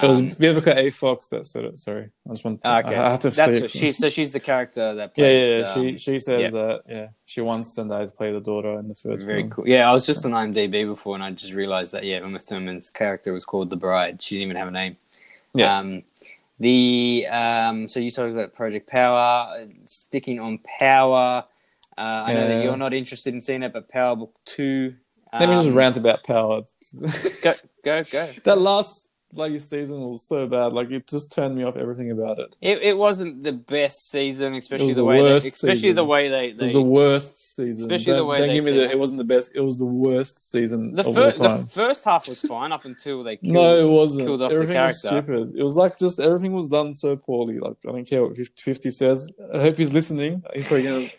S3: It was
S2: Um,
S3: Vivica A. Fox that said it. Sorry, I just want. To,
S2: okay.
S3: I I have to
S2: That's
S3: see.
S2: what she, so she's the character that
S3: yeah,
S2: plays.
S3: yeah, yeah. she
S2: um,
S3: she says
S2: yeah.
S3: that. Yeah, she wants Zendaya to play the daughter in the first
S2: very
S3: film.
S2: cool. Yeah, I was just on IMDb before, and I just realized that yeah, Emma Thurman's character was called the Bride. She didn't even have a name.
S3: Yeah.
S2: Um, the um, so you talked about Project Power, uh, sticking on Power. Uh, I know
S3: Yeah.
S2: that you're not interested in seeing it, but Power Book Two.
S3: Let me just
S2: um,
S3: rant about Power.
S2: Go, go, go.
S3: that last like season was so bad. Like it just turned me off everything about it.
S2: It, it wasn't the best season, especially
S3: was
S2: the,
S3: the
S2: way,
S3: worst
S2: they, especially the
S3: season.
S2: way they,
S3: It was
S2: they
S3: the worst season.
S2: Especially the
S3: Don't-
S2: way
S3: don't
S2: they
S3: give me
S2: said
S3: the.
S2: it.
S3: It wasn't the best. It was the worst season
S2: the,
S3: of
S2: fir-
S3: all time.
S2: the first half was fine up until they killed,
S3: no, it wasn't.
S2: killed off
S3: everything
S2: the
S3: was
S2: character.
S3: stupid. It was like just everything was done so poorly. Like I don't care what Fif- Fifty says. I hope he's listening. He's probably gonna.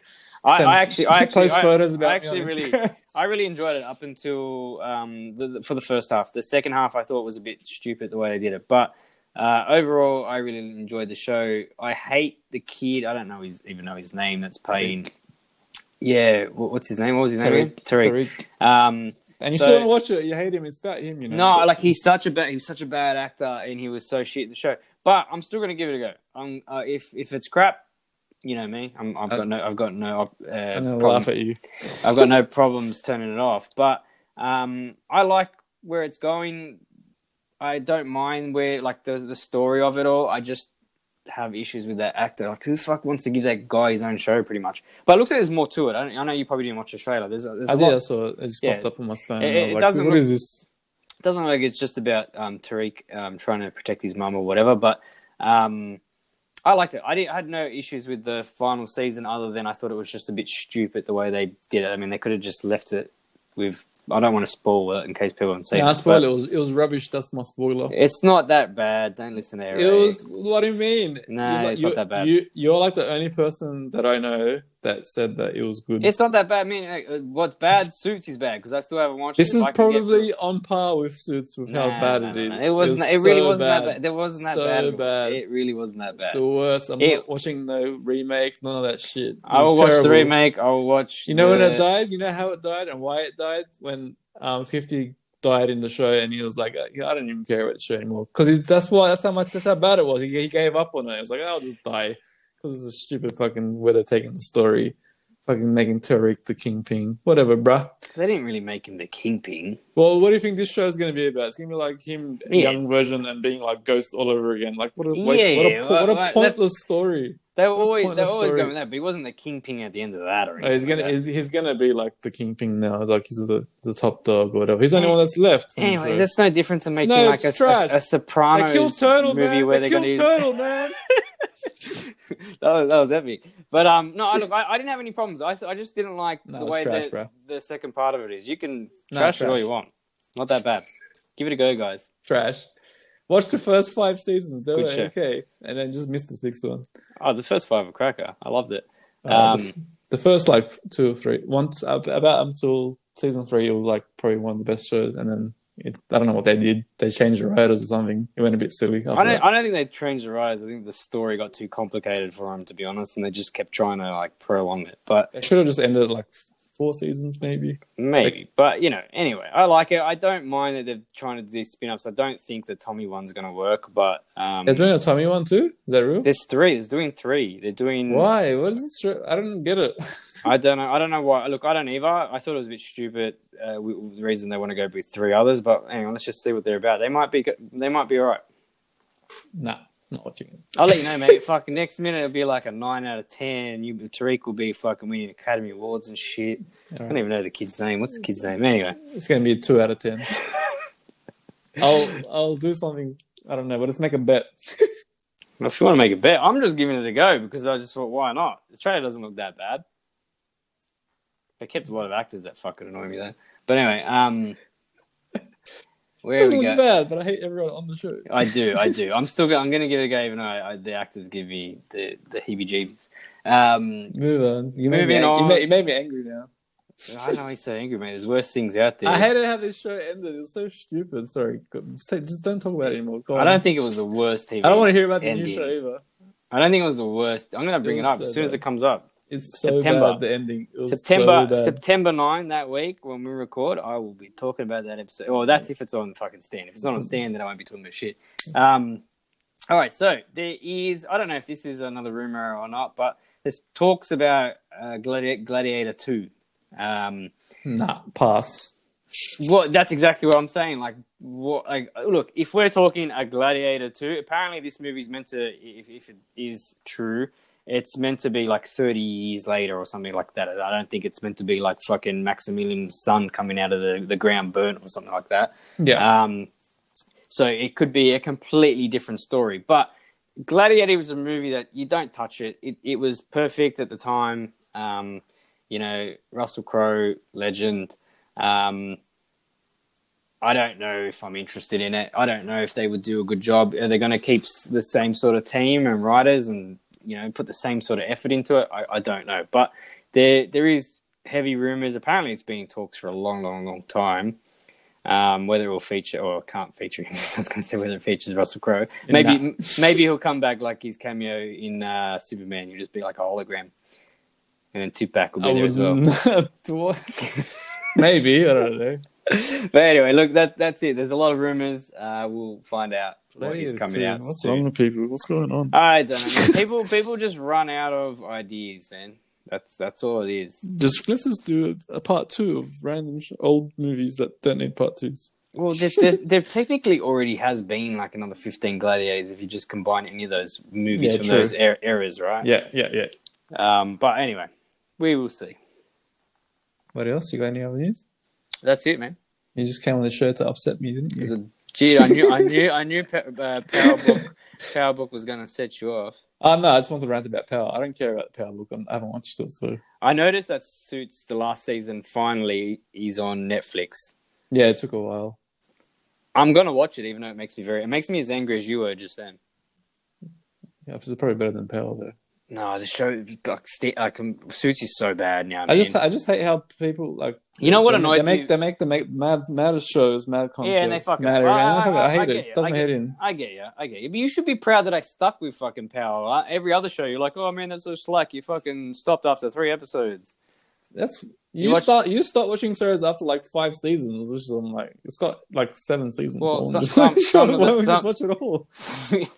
S2: I,
S3: send-
S2: I actually, I actually,
S3: post
S2: I-
S3: photos about
S2: I
S3: me
S2: actually
S3: on
S2: really,
S3: Instagram.
S2: I really enjoyed it up until um, the, the, for the first half. The second half I thought was a bit stupid the way they did it, but uh, overall I really enjoyed the show. I hate the kid. I don't know his, even know his name. That's paying. Yeah, wh- what's his name? What was his name? Tariq.
S3: Tariq.
S2: Tariq. Um,
S3: And you
S2: So-
S3: still don't watch it. You hate him. It's about him, you know.
S2: no,
S3: But-
S2: like he's such a bad, he was such a bad actor, and he was so shit in the show. But I'm still gonna give it a go. Um, uh, if if it's crap, you know me. I'm, I've got no, I've got no. Uh,
S3: I'm gonna
S2: problem-
S3: laugh at you.
S2: I've got no problems turning it off. But um, I like where it's going. I don't mind where like the the story of it all. I just have issues with that actor. Like who the fuck wants to give that guy his own show, pretty much. But it looks like there's more to it. I, don't, I know you probably didn't watch the trailer. There's, a- there's a
S3: I did. I
S2: lot.
S3: saw it. It just
S2: Yeah.
S3: popped up on my stand.
S2: It-
S3: and I was
S2: it
S3: like,
S2: doesn't
S3: what
S2: look-
S3: is this?
S2: It doesn't look like it's just about um, Tariq um, trying to protect his mum or whatever. But um, I liked it. I, did, I had no issues with the final season, other than I thought it was just a bit stupid the way they did it. I mean, they could have just left it with. I don't want to spoil it in case people haven't seen
S3: No,
S2: it.
S3: I spoiled
S2: but-
S3: it. It was, it was rubbish. That's my spoiler.
S2: It's not that bad. Don't listen to Eric.
S3: It was. What do you mean?
S2: Nah,
S3: You're like-
S2: it's not
S3: you-
S2: that bad.
S3: You, you're like the only person that I know that said that it was good.
S2: It's not that bad. I mean, uh, uh, what's bad suits is bad because I still haven't watched.
S3: this
S2: is
S3: is probably on par with Suits with how bad it is.
S2: It wasn't. It, really
S3: so
S2: wasn't that bad. There wasn't that
S3: So
S2: bad.
S3: bad.
S2: It really wasn't that bad.
S3: The worst. I'm
S2: It-
S3: not watching no remake. None of that shit. It
S2: I will
S3: was
S2: watch the
S3: terrible.
S2: remake. I will watch.
S3: You know when
S2: the...
S3: it died? You know how it died and why it died? When um, 50 died in the show and he was like, I I don't even care about the show anymore. Because that's why, that's how much, that's how bad it was. He, he gave up on it. He was like, I'll just die. Because it's a stupid fucking way they're taking the story. Fucking making Tariq the kingpin. Whatever, bruh.
S2: They didn't really make him the kingpin.
S3: Well, what do you think this show is going to be about? It's going to be like him,
S2: Yeah.
S3: young version, and being like Ghost all over again. Like, what a waste.
S2: Yeah,
S3: what a, po-
S2: well,
S3: what a
S2: like,
S3: pointless story.
S2: They were always. They
S3: pointless
S2: were always
S3: story.
S2: going with that, but he wasn't the kingpin at the end of that. Or
S3: Uh,
S2: anything
S3: he's gonna
S2: Like that.
S3: he's, he's gonna be like the kingpin now. Like he's the, the top dog or whatever. He's the only one that's left. from the
S2: Anyway,
S3: show.
S2: that's no different to making
S3: No,
S2: like
S3: it's
S2: a,
S3: trash.
S2: a, a Sopranos
S3: they killed Turtle
S2: movie
S3: Man.
S2: where
S3: They
S2: are
S3: killed
S2: going to
S3: Turtle Man.
S2: that, was, that was epic. But um, no, I, look, I, I didn't have any problems. I, I just didn't like
S3: No,
S2: the
S3: it's
S2: way
S3: trash,
S2: the,
S3: bro.
S2: the second part of it is. You can
S3: No,
S2: trash, it all
S3: trash.
S2: you want. Not that bad. Give it a go, guys.
S3: Trash. Watch the first five seasons. They
S2: Good
S3: were
S2: show.
S3: okay, and then just missed the sixth one.
S2: Oh, the first five are cracker. I loved it.
S3: Uh,
S2: Um,
S3: the, f- the first like two or three, once ab- about until season three, it was like probably one of the best shows, and then It's, I don't know what they did. They changed the writers or something. It went a bit silly. After
S2: I don't,
S3: that.
S2: I don't think they changed the writers. I think the story got too complicated for them, to be honest, and they just kept trying to like prolong it. But
S3: They should have just ended it like four seasons, maybe.
S2: maybe, but you know, anyway, I like it. I don't mind that they're trying to do these spin-offs. I don't think the Tommy one's going to work, but um,
S3: They're doing a Tommy one too. Is that real?
S2: there's three. There's doing three. They're doing
S3: Why? What is this? show? I don't get it.
S2: I don't know. I don't know why. Look, I don't either. I thought it was a bit stupid. Uh, w- w- the reason they want to go with three others, but hang on, let's just see what they're about. They might be. go- They might be all right.
S3: nah, not watching.
S2: I'll let you know, mate. Fucking next minute it'll be like a nine out of ten. You Tariq will be fucking winning Academy Awards and shit. I don't even know the kid's name. What's the kid's name anyway?
S3: It's gonna be a two out of ten. I'll I'll do something. I don't know, but let's make a bet.
S2: Well, If you want to make a bet, I'm just giving it a go because I just thought, why not? The trailer doesn't look that bad. They kept a lot of actors that fucking annoy me though. But anyway, um, where
S3: Doesn't
S2: we
S3: look
S2: go?
S3: bad, but I hate everyone on the show.
S2: I do, I do. I'm still. go- I'm going to give it a go, even though I, I, the actors give me the the heebie-jeebies. Um,
S3: Move on. You made
S2: Moving
S3: me, ang-
S2: on.
S3: You made, you made me angry now.
S2: I know he's so angry, man. There's worse things out there.
S3: I hated how this show ended. It was so stupid. Sorry, go- just, take, just don't talk about it anymore. Go
S2: I
S3: on.
S2: don't think it was the worst TV.
S3: I don't want to hear about the
S2: ending.
S3: new show either.
S2: I don't think it was the worst. I'm going to bring it,
S3: was
S2: up
S3: so
S2: as soon as it
S3: bad.
S2: comes up.
S3: It's so
S2: September.
S3: bad. The ending. It was
S2: September
S3: So bad.
S2: September 9 that week when we record, I will be talking about that episode. Well, that's if it's on fucking stand. If it's not on stand, then I won't be talking about shit. Um, all right, so there is, I don't know if this is another rumor or not, but there's talks about uh, Gladi- Gladiator 2. Um,
S3: Nah, pass.
S2: what that's exactly what I'm saying. Like, what, like, look, if we're talking a Gladiator 2, apparently this movie's meant to, if, if it is true, it's meant to be like 30 years later or something like that. I don't think it's meant to be like fucking Maximilian's son coming out of the, the ground burnt or something like that.
S3: Yeah.
S2: Um, so it could be a completely different story. But Gladiator was a movie that you don't touch it. It, it was perfect at the time. Um, you know, Russell Crowe, legend. Um, I don't know if I'm interested in it. I don't know if they would do a good job. Are they going to keep s- the same sort of team and writers and you know put the same sort of effort into it? I, I don't know, but there there is heavy rumors. Apparently, it's been in talks for a long, long, long time. Um, whether it will feature or can't feature him, I was going to say whether it features Russell Crowe. Maybe
S3: Nah.
S2: m- maybe he'll come back like his cameo in uh, Superman. You'll just be like a hologram, and then Tupac will be
S3: I
S2: there as well.
S3: would not- Maybe I don't know.
S2: But anyway, look, that that's it. There's a lot of rumors. Uh, we'll find out what is
S3: Gladiator
S2: coming
S3: two,
S2: out
S3: What's
S2: soon.
S3: wrong with people? What's going on?
S2: I don't know. People people just run out of ideas, man. That's that's all it is.
S3: Just let's just do a, a part two of random sh- old movies that don't need part twos.
S2: Well, there, there, there technically already has been like another 15 Gladiators if you just combine any of those movies
S3: Yeah,
S2: from
S3: true.
S2: those er- eras, right?
S3: Yeah, yeah, yeah.
S2: Um, but anyway, we will see.
S3: What else? You got any other news?
S2: That's it, man.
S3: You just came on the show to upset me, didn't you?
S2: Gee, I knew, I knew, I knew. Pa- uh, Powerbook, Powerbook was going to set you off.
S3: Oh no, I just want to rant about Power. I don't care about Power. Look, I'm, I haven't watched it, so
S2: I noticed that Suits, the last season, finally is on Netflix.
S3: yeah, it took a while.
S2: I'm gonna watch it, even though it makes me very. It makes me as angry as you were just then.
S3: Yeah, it's probably better than Power though.
S2: No, the show like, st- like um, Suits is so bad now.
S3: I just,
S2: man.
S3: I just hate how people like.
S2: You know what
S3: they,
S2: annoys
S3: they make,
S2: me?
S3: They make the make mad, mad shows, mad concepts,
S2: yeah, and they fucking.
S3: mad.
S2: I,
S3: I,
S2: I- I-
S3: I hate
S2: I
S3: it.
S2: get you,
S3: Doesn't
S2: I
S3: hit
S2: get,
S3: in.
S2: I get you. I get you. But you should be proud that I stuck with fucking Power. Right? Every other show, you're like, oh man, that's so slack. You fucking stopped after three episodes.
S3: That's
S2: You
S3: you,
S2: watch-
S3: start you start watching shows after like five seasons, which is I'm like it's got like seven seasons.
S2: Well,
S3: long.
S2: so-
S3: just
S2: some-
S3: like,
S2: some of
S3: why
S2: the-
S3: don't we just
S2: some-
S3: watch it all?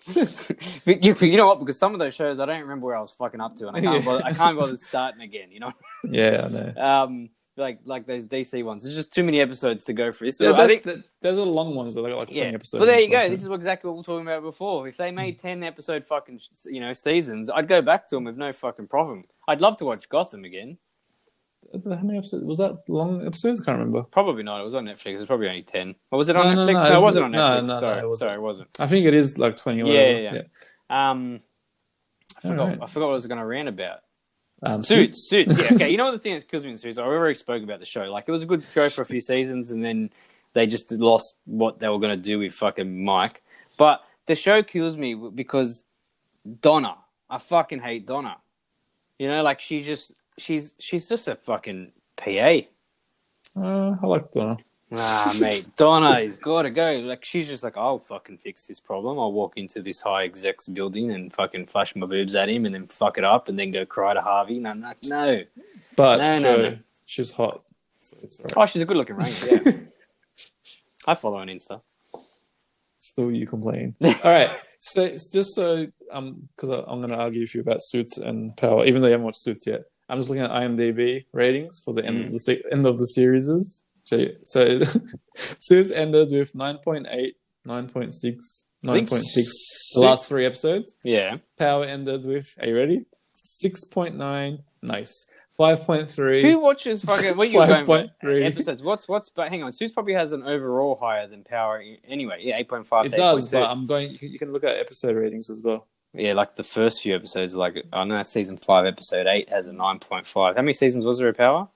S2: But you, you know what? Because some of those shows, I don't remember where I was fucking up to, and I can't.
S3: Yeah.
S2: bother, I can't bother starting again. You know.
S3: Yeah, I know.
S2: um like like those DC ones. There's just too many episodes to go through. So
S3: yeah,
S2: I
S3: that's,
S2: think,
S3: th- those are the long ones that I got like
S2: yeah.
S3: twenty episodes.
S2: Well, there you
S3: and stuff. Hmm.
S2: go. This is exactly what we were talking about before. If they made ten episode fucking you know seasons, I'd go back to them with no fucking problem. I'd love to watch Gotham again.
S3: how many episodes was that? Long episodes? I can't remember.
S2: Probably not. It was on Netflix. It was probably only ten. Or was it on
S3: No, no, no,
S2: Netflix? No,
S3: it
S2: it
S3: was-
S2: wasn't on
S3: no,
S2: Netflix.
S3: no, no,
S2: sorry,
S3: it wasn't.
S2: sorry, it wasn't.
S3: I think it is like twenty. or
S2: Yeah,
S3: whatever.
S2: yeah, yeah. Um, I forgot.
S3: Alright.
S2: I forgot what I was going to rant about.
S3: Um,
S2: Suits, suits. Yeah, okay. You know what the thing that kills me in suits? I already spoke about the show. Like it was a good show for a few seasons, and then they just lost what they were going to do with fucking Mike. But the show kills me w- because Donna. I fucking hate Donna. You know, like she just she's she's just a fucking PA.
S3: uh, I like Donna.
S2: Ah, mate, Donna's got to go. Like, she's just like, I'll fucking fix this problem. I'll walk into this high execs building and fucking flash my boobs at him and then fuck it up and then go cry to Harvey. And I'm like, no.
S3: But
S2: No, no,
S3: Joe,
S2: no.
S3: she's hot. So it's all right.
S2: Oh, she's a good looking ranger. Yeah. I follow her on Insta.
S3: Still, you complain. all right. So it's just so um, because I'm going to argue with you about Suits and Power, even though you haven't watched Suits yet. I'm just looking at IMDb ratings for the end
S2: Mm.
S3: of the se- end of the series. So, so Suits ended with 9.8, 9.6,
S2: I think
S3: 9.6.
S2: s-
S3: The last three episodes.
S2: Yeah.
S3: Power ended with. Are you ready? 6.9. Nice. 5.3.
S2: Who watches fucking? What are you going
S3: Five point
S2: for?
S3: three.
S2: episodes? What's what's? But hang on, Suits probably has an overall higher than Power. Anyway, yeah, eight point five.
S3: It does, but I'm going. You can, you can look at episode ratings as well.
S2: yeah, like the first few episodes, like I know that's season five, episode eight has a nine point five. How many seasons was there of Power?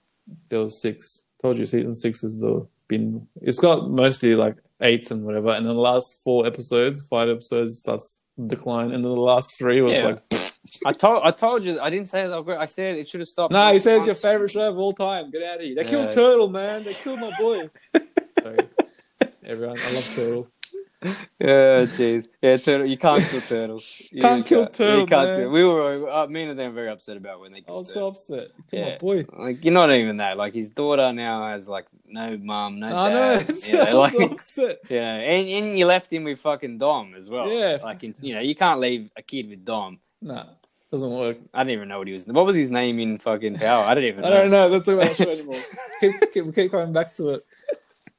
S3: There was six. Told you, season six is the bin. It's got mostly like eights and whatever, and then the last four episodes, five episodes starts decline, and then the last three was
S2: Yeah.
S3: like,
S2: I told I told you I didn't say that. I said it should have stopped.
S3: "Nah,
S2: once-
S3: you said it's your
S2: once-
S3: favorite show of all time. Get out of here. They
S2: Yeah.
S3: killed Turtle, man. They killed my boy." Sorry, everyone. I love Turtle.
S2: Yeah, jeez. Yeah, turtle. You can't kill turtles. You
S3: Can't kill turtle,
S2: You can't
S3: man. Oh,
S2: do it. We were uh, me and them were very upset about when they
S3: I
S2: killed
S3: was
S2: turtles.
S3: so upset. Kill
S2: Yeah.
S3: my boy.
S2: Like you're not even that. Like his daughter now has like no mum, no
S3: I know.
S2: dad.
S3: It's
S2: you know,
S3: I was so
S2: like,
S3: upset.
S2: yeah, and, and you left him with fucking Dom as well.
S3: Yeah.
S2: like in- you know, you can't leave a kid with Dom.
S3: Nah, doesn't work.
S2: I didn't even know what he was. What was his name in fucking Power? I don't even.
S3: I don't know. That's about the show anymore. keep, keep, keep coming back to it.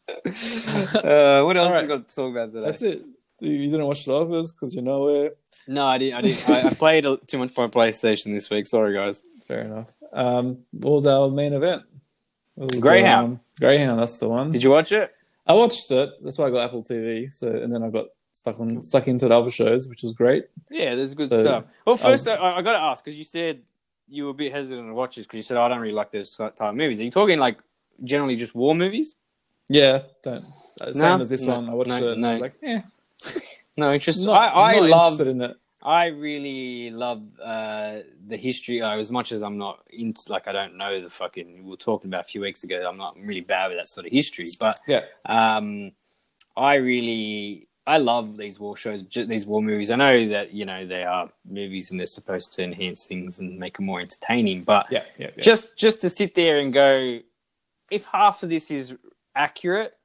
S2: Uh, what else
S3: Alright.
S2: we got to talk about today?
S3: That's it. You you didn't watch The Office because you're nowhere.
S2: No, I didn't. I didn't. I, I played a, too much my PlayStation this week. Sorry, guys.
S3: Fair enough. Um, what was our main event? It was
S2: Greyhound.
S3: the, um, Greyhound. That's the one.
S2: Did you watch it?
S3: I watched it. That's why I got Apple TV. So and then I got stuck on stuck into the other shows, which was great.
S2: Yeah, there's good
S3: So,
S2: stuff. Well,
S3: I was-
S2: first I, I, got to ask because you said you were a bit hesitant to watch this because you said "Oh, I don't really like those type of movies. Are you talking like generally just war movies?
S3: Yeah. Don't. uh, Same
S2: No,
S3: as this
S2: no,
S3: one. I watched
S2: no,
S3: it. And I was
S2: no.
S3: like, eh,
S2: No, interest.
S3: not,
S2: I, I
S3: not
S2: love.
S3: interested in it.
S2: I really love uh, the history. Uh, as much as I'm not into, like, I don't know the fucking. We were talking about a few weeks ago. I'm not really bad with that sort of history, but
S3: Yeah.
S2: um, I really I love these war shows, ju- these war movies. I know that you know they are movies and they're supposed to enhance things and make them more entertaining, but
S3: Yeah. Yeah. yeah.
S2: just just to sit there and go, if half of this is accurate,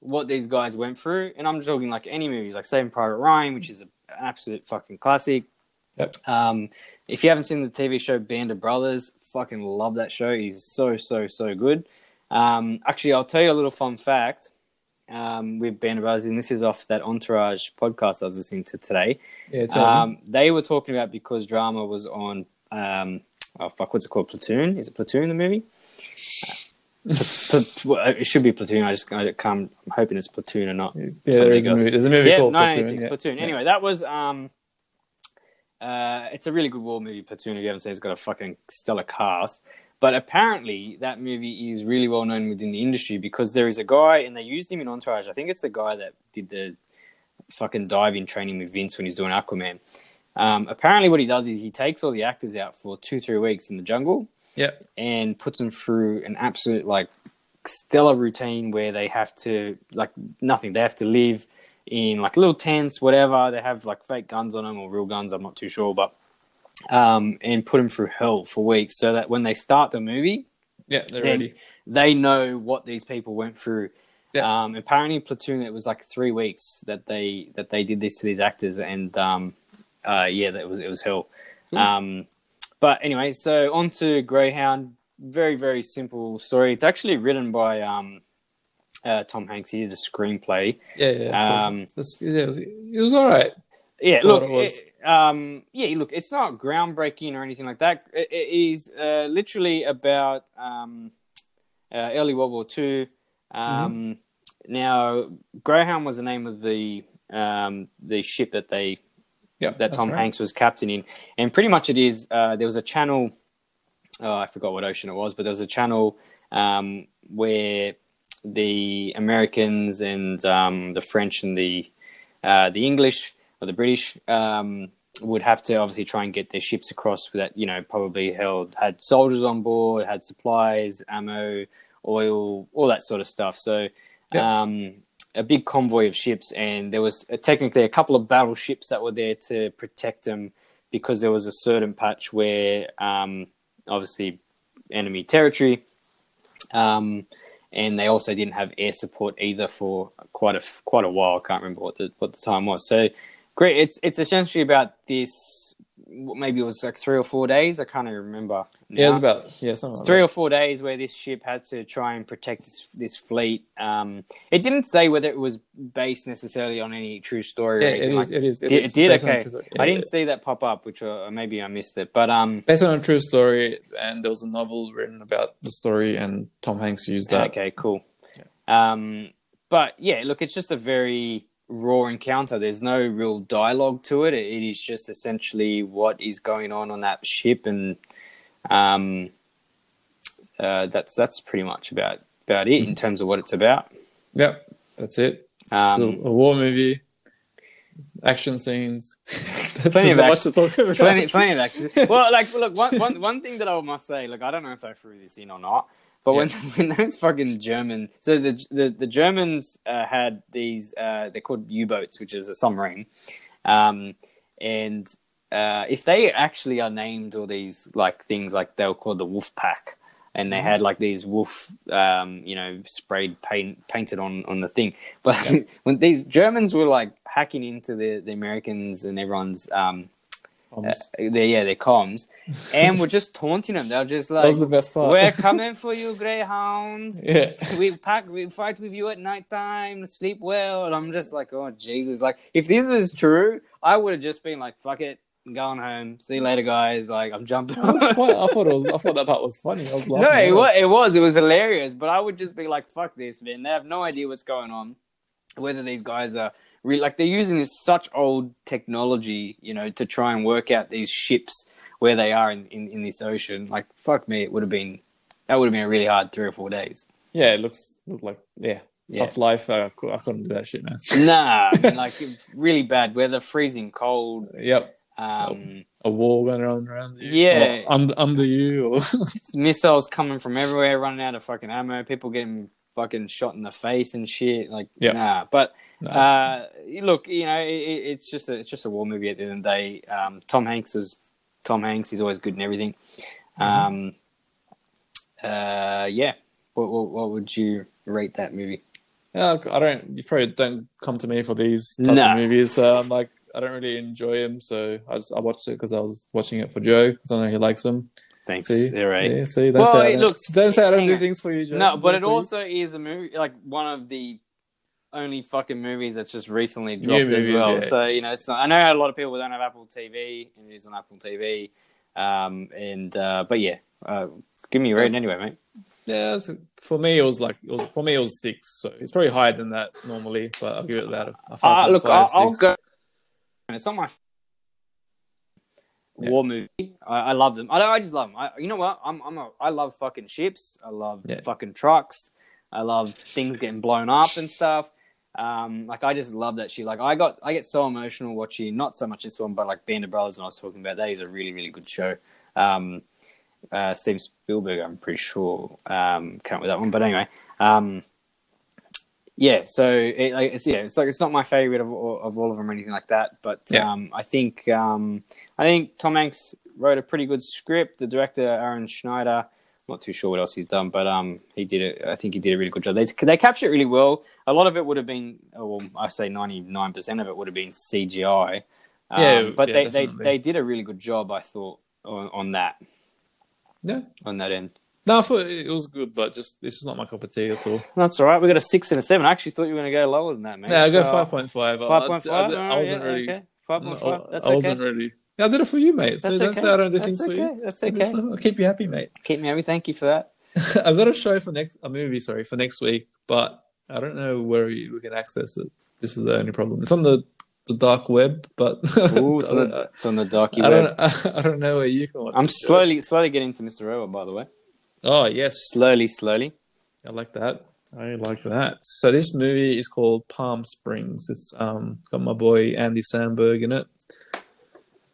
S2: what these guys went through, and I'm talking like any movies, like Saving Private Ryan, which is a, an absolute fucking classic.
S3: Yep.
S2: Um, if you haven't seen the TV show Band of Brothers, fucking love that show. He's so so so good. Um, actually, I'll tell you a little fun fact um, with Band of Brothers, and this is off that Entourage podcast I was listening to today.
S3: yeah tell me.
S2: Um, they were talking about because drama was on. Um, oh fuck, what's it called? Platoon? Is it Platoon the movie? Uh, Pl- well, it should be Platoon. I just I can't, I'm hoping it's Platoon or not.
S3: yeah, there is a
S2: something
S3: movie. There's a movie
S2: Yeah,
S3: called
S2: 1996
S3: Platoon. yeah.
S2: Platoon.
S3: Yeah.
S2: Anyway, that was um, uh, it's a really good war movie. Platoon. If you haven't seen, it, it's got a fucking stellar cast. But apparently, that movie is really well known within the industry because there is a guy, and they used him in Entourage. I think it's the guy that did the fucking diving training with Vince when he's doing Aquaman. Um, apparently, what he does is he takes all the actors out for two, three weeks in the jungle
S3: Yeah.
S2: and puts them through an absolute like stellar routine where they have to like nothing. They have to live in like little tents, whatever. They have like fake guns on them or real guns. I'm not too sure, but um, and put them through hell for weeks so that when they start the movie,
S3: Yeah. They're
S2: Then-
S3: ready.
S2: they know what these people went through.
S3: Yeah.
S2: Um, apparently, Platoon it was like three weeks that they that they did this to these actors, and um, uh, yeah, that was it was hell. Um, but anyway, so on to Greyhound. Very very simple story. It's actually written by um, uh, Tom Hanks. He did the screenplay.
S3: Yeah. Yeah. so
S2: Um,
S3: that's, yeah it, was, it was all right.
S2: Yeah,
S3: Thought
S2: look,
S3: it was.
S2: it- um, yeah, look, it's not groundbreaking or anything like that. It, it is uh, literally about um, uh, early World War Two. Um,
S3: Mm-hmm.
S2: Now, Greyhound was the name of the um, the ship that they
S3: Yeah.
S2: that
S3: that's
S2: Tom
S3: right.
S2: Hanks was captaining, and pretty much it is. Uh, there was a channel, oh, I forgot what ocean it was, but there was a channel um, where the Americans and um, the French and the uh, the English or the British um, would have to obviously try and get their ships across that you know probably held had soldiers on board, had supplies, ammo, oil, all that sort of stuff. So
S3: Yeah.
S2: um, a big convoy of ships, and there was uh, technically a couple of battleships that were there to protect them because there was a certain patch where, um, obviously, enemy territory, um, and they also didn't have air support either for quite a quite a while. I can't remember what the what the time was. So great, it's it's essentially about this. Maybe it was like three or four days. I can't even remember.
S3: Yeah, it was
S2: now
S3: about yeah, something like
S2: three
S3: that.
S2: or four days where this ship had to try and protect this, this fleet. Um, it didn't say whether it was based necessarily on any true story.
S3: Yeah,
S2: or
S3: it
S2: anything
S3: is.
S2: like-
S3: It is.
S2: Did-
S3: is
S2: it did
S3: based on a
S2: okay.
S3: true story.
S2: I
S3: Yeah,
S2: didn't
S3: yeah.
S2: see that pop up, which uh, maybe I missed it. But um,
S3: Based on a true story, and there was a novel written about the story, and Tom Hanks used that.
S2: Okay, cool. Um, but yeah, look, it's just a very raw encounter. There's no real dialogue to it. It is just essentially what is going on on that ship, and um, uh, that's that's pretty much about about it
S3: Mm-hmm.
S2: in terms of what it's about.
S3: Yep, that's it. It's a,
S2: Um,
S3: a war movie, action scenes.
S2: Plenty
S3: There's
S2: of
S3: not
S2: action-
S3: much to talk about.
S2: plenty, plenty of action. Well, like, look, one, one, one thing that I must say, like, I don't know if I threw this in or not, but when, when those fucking German, so the the, the Germans uh, had these, uh, they're called U boats, which is a submarine, um, and uh, if they actually are named all these like things, like they were called the Wolf Pack, and they had like these wolf, um, you know, sprayed paint painted on on the thing. But when these Germans were like hacking into the the Americans and everyone's um,
S3: Bombs.
S2: they, yeah, they comms, and we're just taunting them. They're just
S3: that was the
S2: like,
S3: best part.
S2: "We're coming for you, greyhounds.
S3: yeah.
S2: We pack, we fight with you at night time. Sleep well." And I'm just like, "Oh Jesus!" Like, if this was true, I would have just been like, "Fuck it, I'm going home. See you later, guys." Like, I'm jumping.
S3: It was
S2: off.
S3: fun. I thought it was. I thought that part was funny. I was laughing.
S2: No, it
S3: hard.
S2: was, it was it was hilarious, but I would just be like, "Fuck this, man! They have no idea what's going on. Whether these guys are re- like they're using this such old technology, you know, to try and work out these ships where they are in, in, in this ocean. Like, fuck me, it would have been that would have been a really hard three or four days.
S3: Yeah, it looks looked like yeah,
S2: Yeah.
S3: tough life. Uh, I cou- I couldn't do that shit, man.
S2: Nah, I mean, like really bad weather, freezing cold.
S3: Yep,
S2: Um,
S3: a wall going on around you.
S2: Yeah.
S3: or under, under you. Or
S2: missiles coming from everywhere, running out of fucking ammo. People getting fucking shot in the face and shit. Like,
S3: Yeah.
S2: nah, but.
S3: No, it's-
S2: Uh, look, you know, it, it- it's just a, it's just a war movie at the end of the day. Um, Tom Hanks was Tom Hanks. He's always good in everything. Um, uh, yeah. What, what, what would you rate that movie?
S3: Yeah, I don't. You probably don't come to me for these types
S2: No.
S3: of movies. So I'm like, I don't really enjoy them. So I just, I watched it because I was watching it for Joe. 'cause I know he likes them.
S2: Thanks.
S3: See,
S2: All right.
S3: Yeah, see, don't
S2: Well,
S3: say I
S2: it
S3: don't-
S2: looks-
S3: Don't say I don't
S2: hang
S3: do
S2: on.
S3: things for you, Joe.
S2: No, but it
S3: For you.
S2: also is a movie like one of the only fucking movies that's just recently
S3: New
S2: dropped as
S3: movies,
S2: well.
S3: yeah.
S2: So you know, it's not, I know a lot of people don't have Apple TV, and it is on Apple TV. Um, and uh, but yeah, uh, give me a rating
S3: That's-
S2: anyway, mate.
S3: Yeah, it's, for me it was like it was for me it was six. So it's probably higher than that normally, but I'll give it that. A
S2: Uh, look, I'll,
S3: 5.5,
S2: I'll
S3: six.
S2: go. It's not my war movie. I, I love them. I, I just love them. I, you know what? I'm, I'm a, I love fucking ships. I love
S3: Yeah.
S2: fucking trucks. I love things getting blown up and stuff. Um, like I just love that shit. Like I got, I get so emotional watching not so much this one, but like Band of Brothers. When I was talking about that is a really, really good show. Um, uh, Steven Spielberg, I'm pretty sure, um, came up with that one. But anyway, um, yeah. So it, like, it's yeah, it's like it's not my favorite of, all- of all of them or anything like that. But
S3: Yeah.
S2: um, I think um, I think Tom Hanks wrote a pretty good script. The director Aaron Schneider. I'm Not too sure what else he's done, but um, he did it. I think he did a really good job. They they captured it really well. A lot of it would have been, oh, well, I say ninety nine percent of it would have been CGI. Um,
S3: Yeah,
S2: but
S3: yeah,
S2: they, they
S3: definitely.
S2: they did a really good job, I thought, on, on that
S3: Yeah.
S2: on that end.
S3: No, I thought it was good, but just it's just not my cup of tea at all.
S2: That's all right. We got a six and a seven. I actually thought you were going to go lower than that, man.
S3: Yeah, I go
S2: So,
S3: five point five.
S2: uh, Five point
S3: I,
S2: five.
S3: I, I wasn't really.
S2: Okay. Five point five.
S3: No,
S2: That's
S3: I wasn't
S2: okay.
S3: really. Yeah, I did it for you, mate. So
S2: That's
S3: don't
S2: okay.
S3: say I don't do
S2: That's
S3: things for
S2: okay.
S3: you.
S2: That's
S3: I just-
S2: okay.
S3: I'll keep you happy, mate.
S2: Keep me happy. Thank you for that.
S3: I've got a show for next a movie, sorry, for next week, but I don't know where you, we can access it. This is the only problem. It's on the, the dark web, but
S2: Ooh, it's,
S3: I,
S2: on
S3: don't,
S2: the, it's on the darky
S3: I,
S2: web.
S3: don't I, don't know where you can watch.
S2: I'm
S3: it, Joe.
S2: slowly, slowly getting to Mr. Robot, by the way.
S3: Oh yes,
S2: Slowly, slowly.
S3: I like that. I like that. So this movie is called Palm Springs. It's um got my boy Andy Sandberg in it.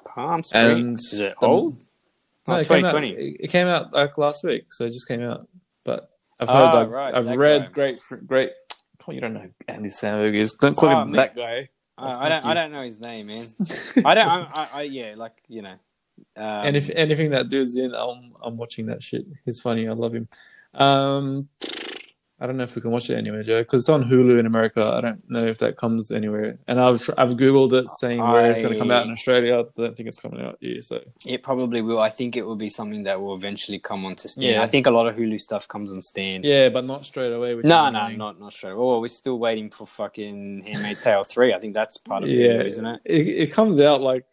S2: Palm
S3: And
S2: Springs. Is it
S3: the-
S2: old?
S3: No,
S2: Oh,
S3: it came out.
S2: 2020.
S3: It it came out like last week, so it just came out. But I've
S2: Ah,
S3: heard, like,
S2: right,
S3: I've
S2: that
S3: read
S2: guy.
S3: great, great. Oh, you don't know who Andy Samberg is. Don't call
S2: Oh,
S3: him
S2: man.
S3: that guy.
S2: I,
S3: That's
S2: I don't.
S3: not
S2: I don't know his name, man. I don't. I'm, I, I yeah, like you know. Um,
S3: and if anything that dude's in, I'm I'm watching that shit. He's funny. I love him. Um, I don't know if we can watch it anywhere, Joe, because it's on Hulu in America. I don't know if that comes anywhere. And I've tr- I've googled it, saying where it's going to come out in
S2: I-
S3: Australia. I don't think it's coming out here. So
S2: um, it probably will, I think it will be something that will eventually come onto Stan.
S3: Yeah.
S2: I think a lot of Hulu stuff comes on Stan.
S3: yeah, but not straight away. Which
S2: No,
S3: is
S2: no,
S3: annoying.
S2: not not straight. Oh, we're still waiting for fucking Handmaid's Tale three. I think that's part of
S3: Yeah.
S2: Hulu, isn't it?
S3: It, it comes out like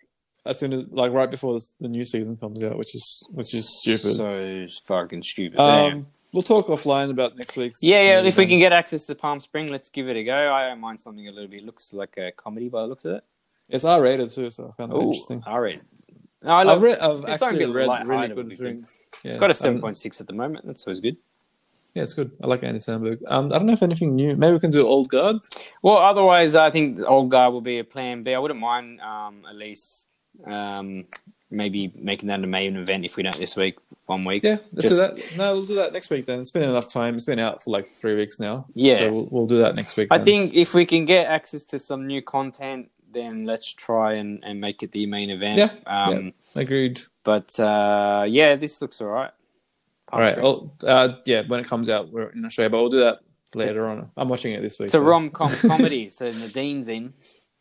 S3: as soon as like right before this, the new season comes out, which is which is stupid.
S2: So fucking stupid. Damn.
S3: um, we'll talk offline about next week's.
S2: Yeah, yeah. If we
S3: movie.
S2: can get access to Palm Spring, let's give it a go. I don't mind something a little bit. Looks like a comedy by the looks of it.
S3: it's R rated too, so I found that
S2: Oh,
S3: interesting.
S2: all right. No, I love.
S3: I've, read,
S2: it's-
S3: I've
S2: it's something a
S3: actually
S2: bit
S3: read really
S2: lighthearted would
S3: good
S2: be good.
S3: things. Yeah,
S2: It's got a
S3: um,
S2: seven point six at the moment. That's always good.
S3: Yeah, it's good. I like Andy Sandberg. Um, I don't know if anything new. Maybe we can do Old Guard.
S2: Well, otherwise, I think the old guy will be a plan B. I wouldn't mind um, at least um, maybe making that a main event if we don't this week, one week.
S3: Yeah, let's do
S2: Just-
S3: that. No, we'll do that next week then. It's been enough time. It's been out for like three weeks now.
S2: Yeah.
S3: so we'll, we'll do that next week.
S2: I
S3: then.
S2: think if we can get access to some new content, then let's try and, and make it the main event.
S3: Yeah,
S2: Um,
S3: Agreed.
S2: But uh, yeah, this looks all right.
S3: All right. Well, uh, yeah, when it comes out, we're in Australia, but we'll do that later on. I'm watching it this week.
S2: It's a
S3: though.
S2: rom com comedy, so Nadine's in.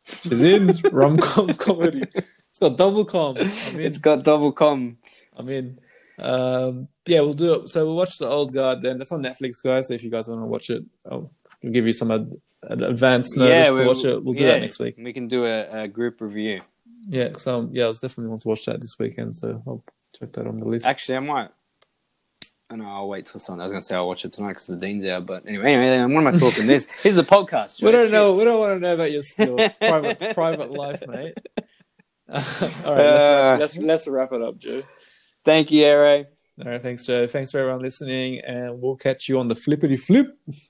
S3: She's in rom com comedy. It's got double com. I'm in.
S2: It's got double com.
S3: I'm in. Um, yeah, we'll do it. So we'll watch the old guard then. It's on Netflix, guys. So if you guys want to watch it, I'll I'll give you some ad- ad- advance notice to
S2: we-
S3: watch it. We'll do
S2: yeah,
S3: that next week.
S2: We can do a, a group review.
S3: Yeah, so um, yeah, I was definitely want to watch that this weekend. So I'll check that on the list.
S2: Actually, I might. I know I'll wait till Sunday. I was going to say I'll watch it tonight because the Dean's out. But anyway, anyway, what am I talking? This this is a podcast.
S3: we
S2: Joe.
S3: don't know. We don't want to know about your, your private private life, mate. All right, let's,
S2: Uh.
S3: wrap, let's let's wrap it up, Joe.
S2: Thank you, Aero.
S3: All right, thanks, Joe. Thanks for everyone listening, and we'll catch you on the flippity flip.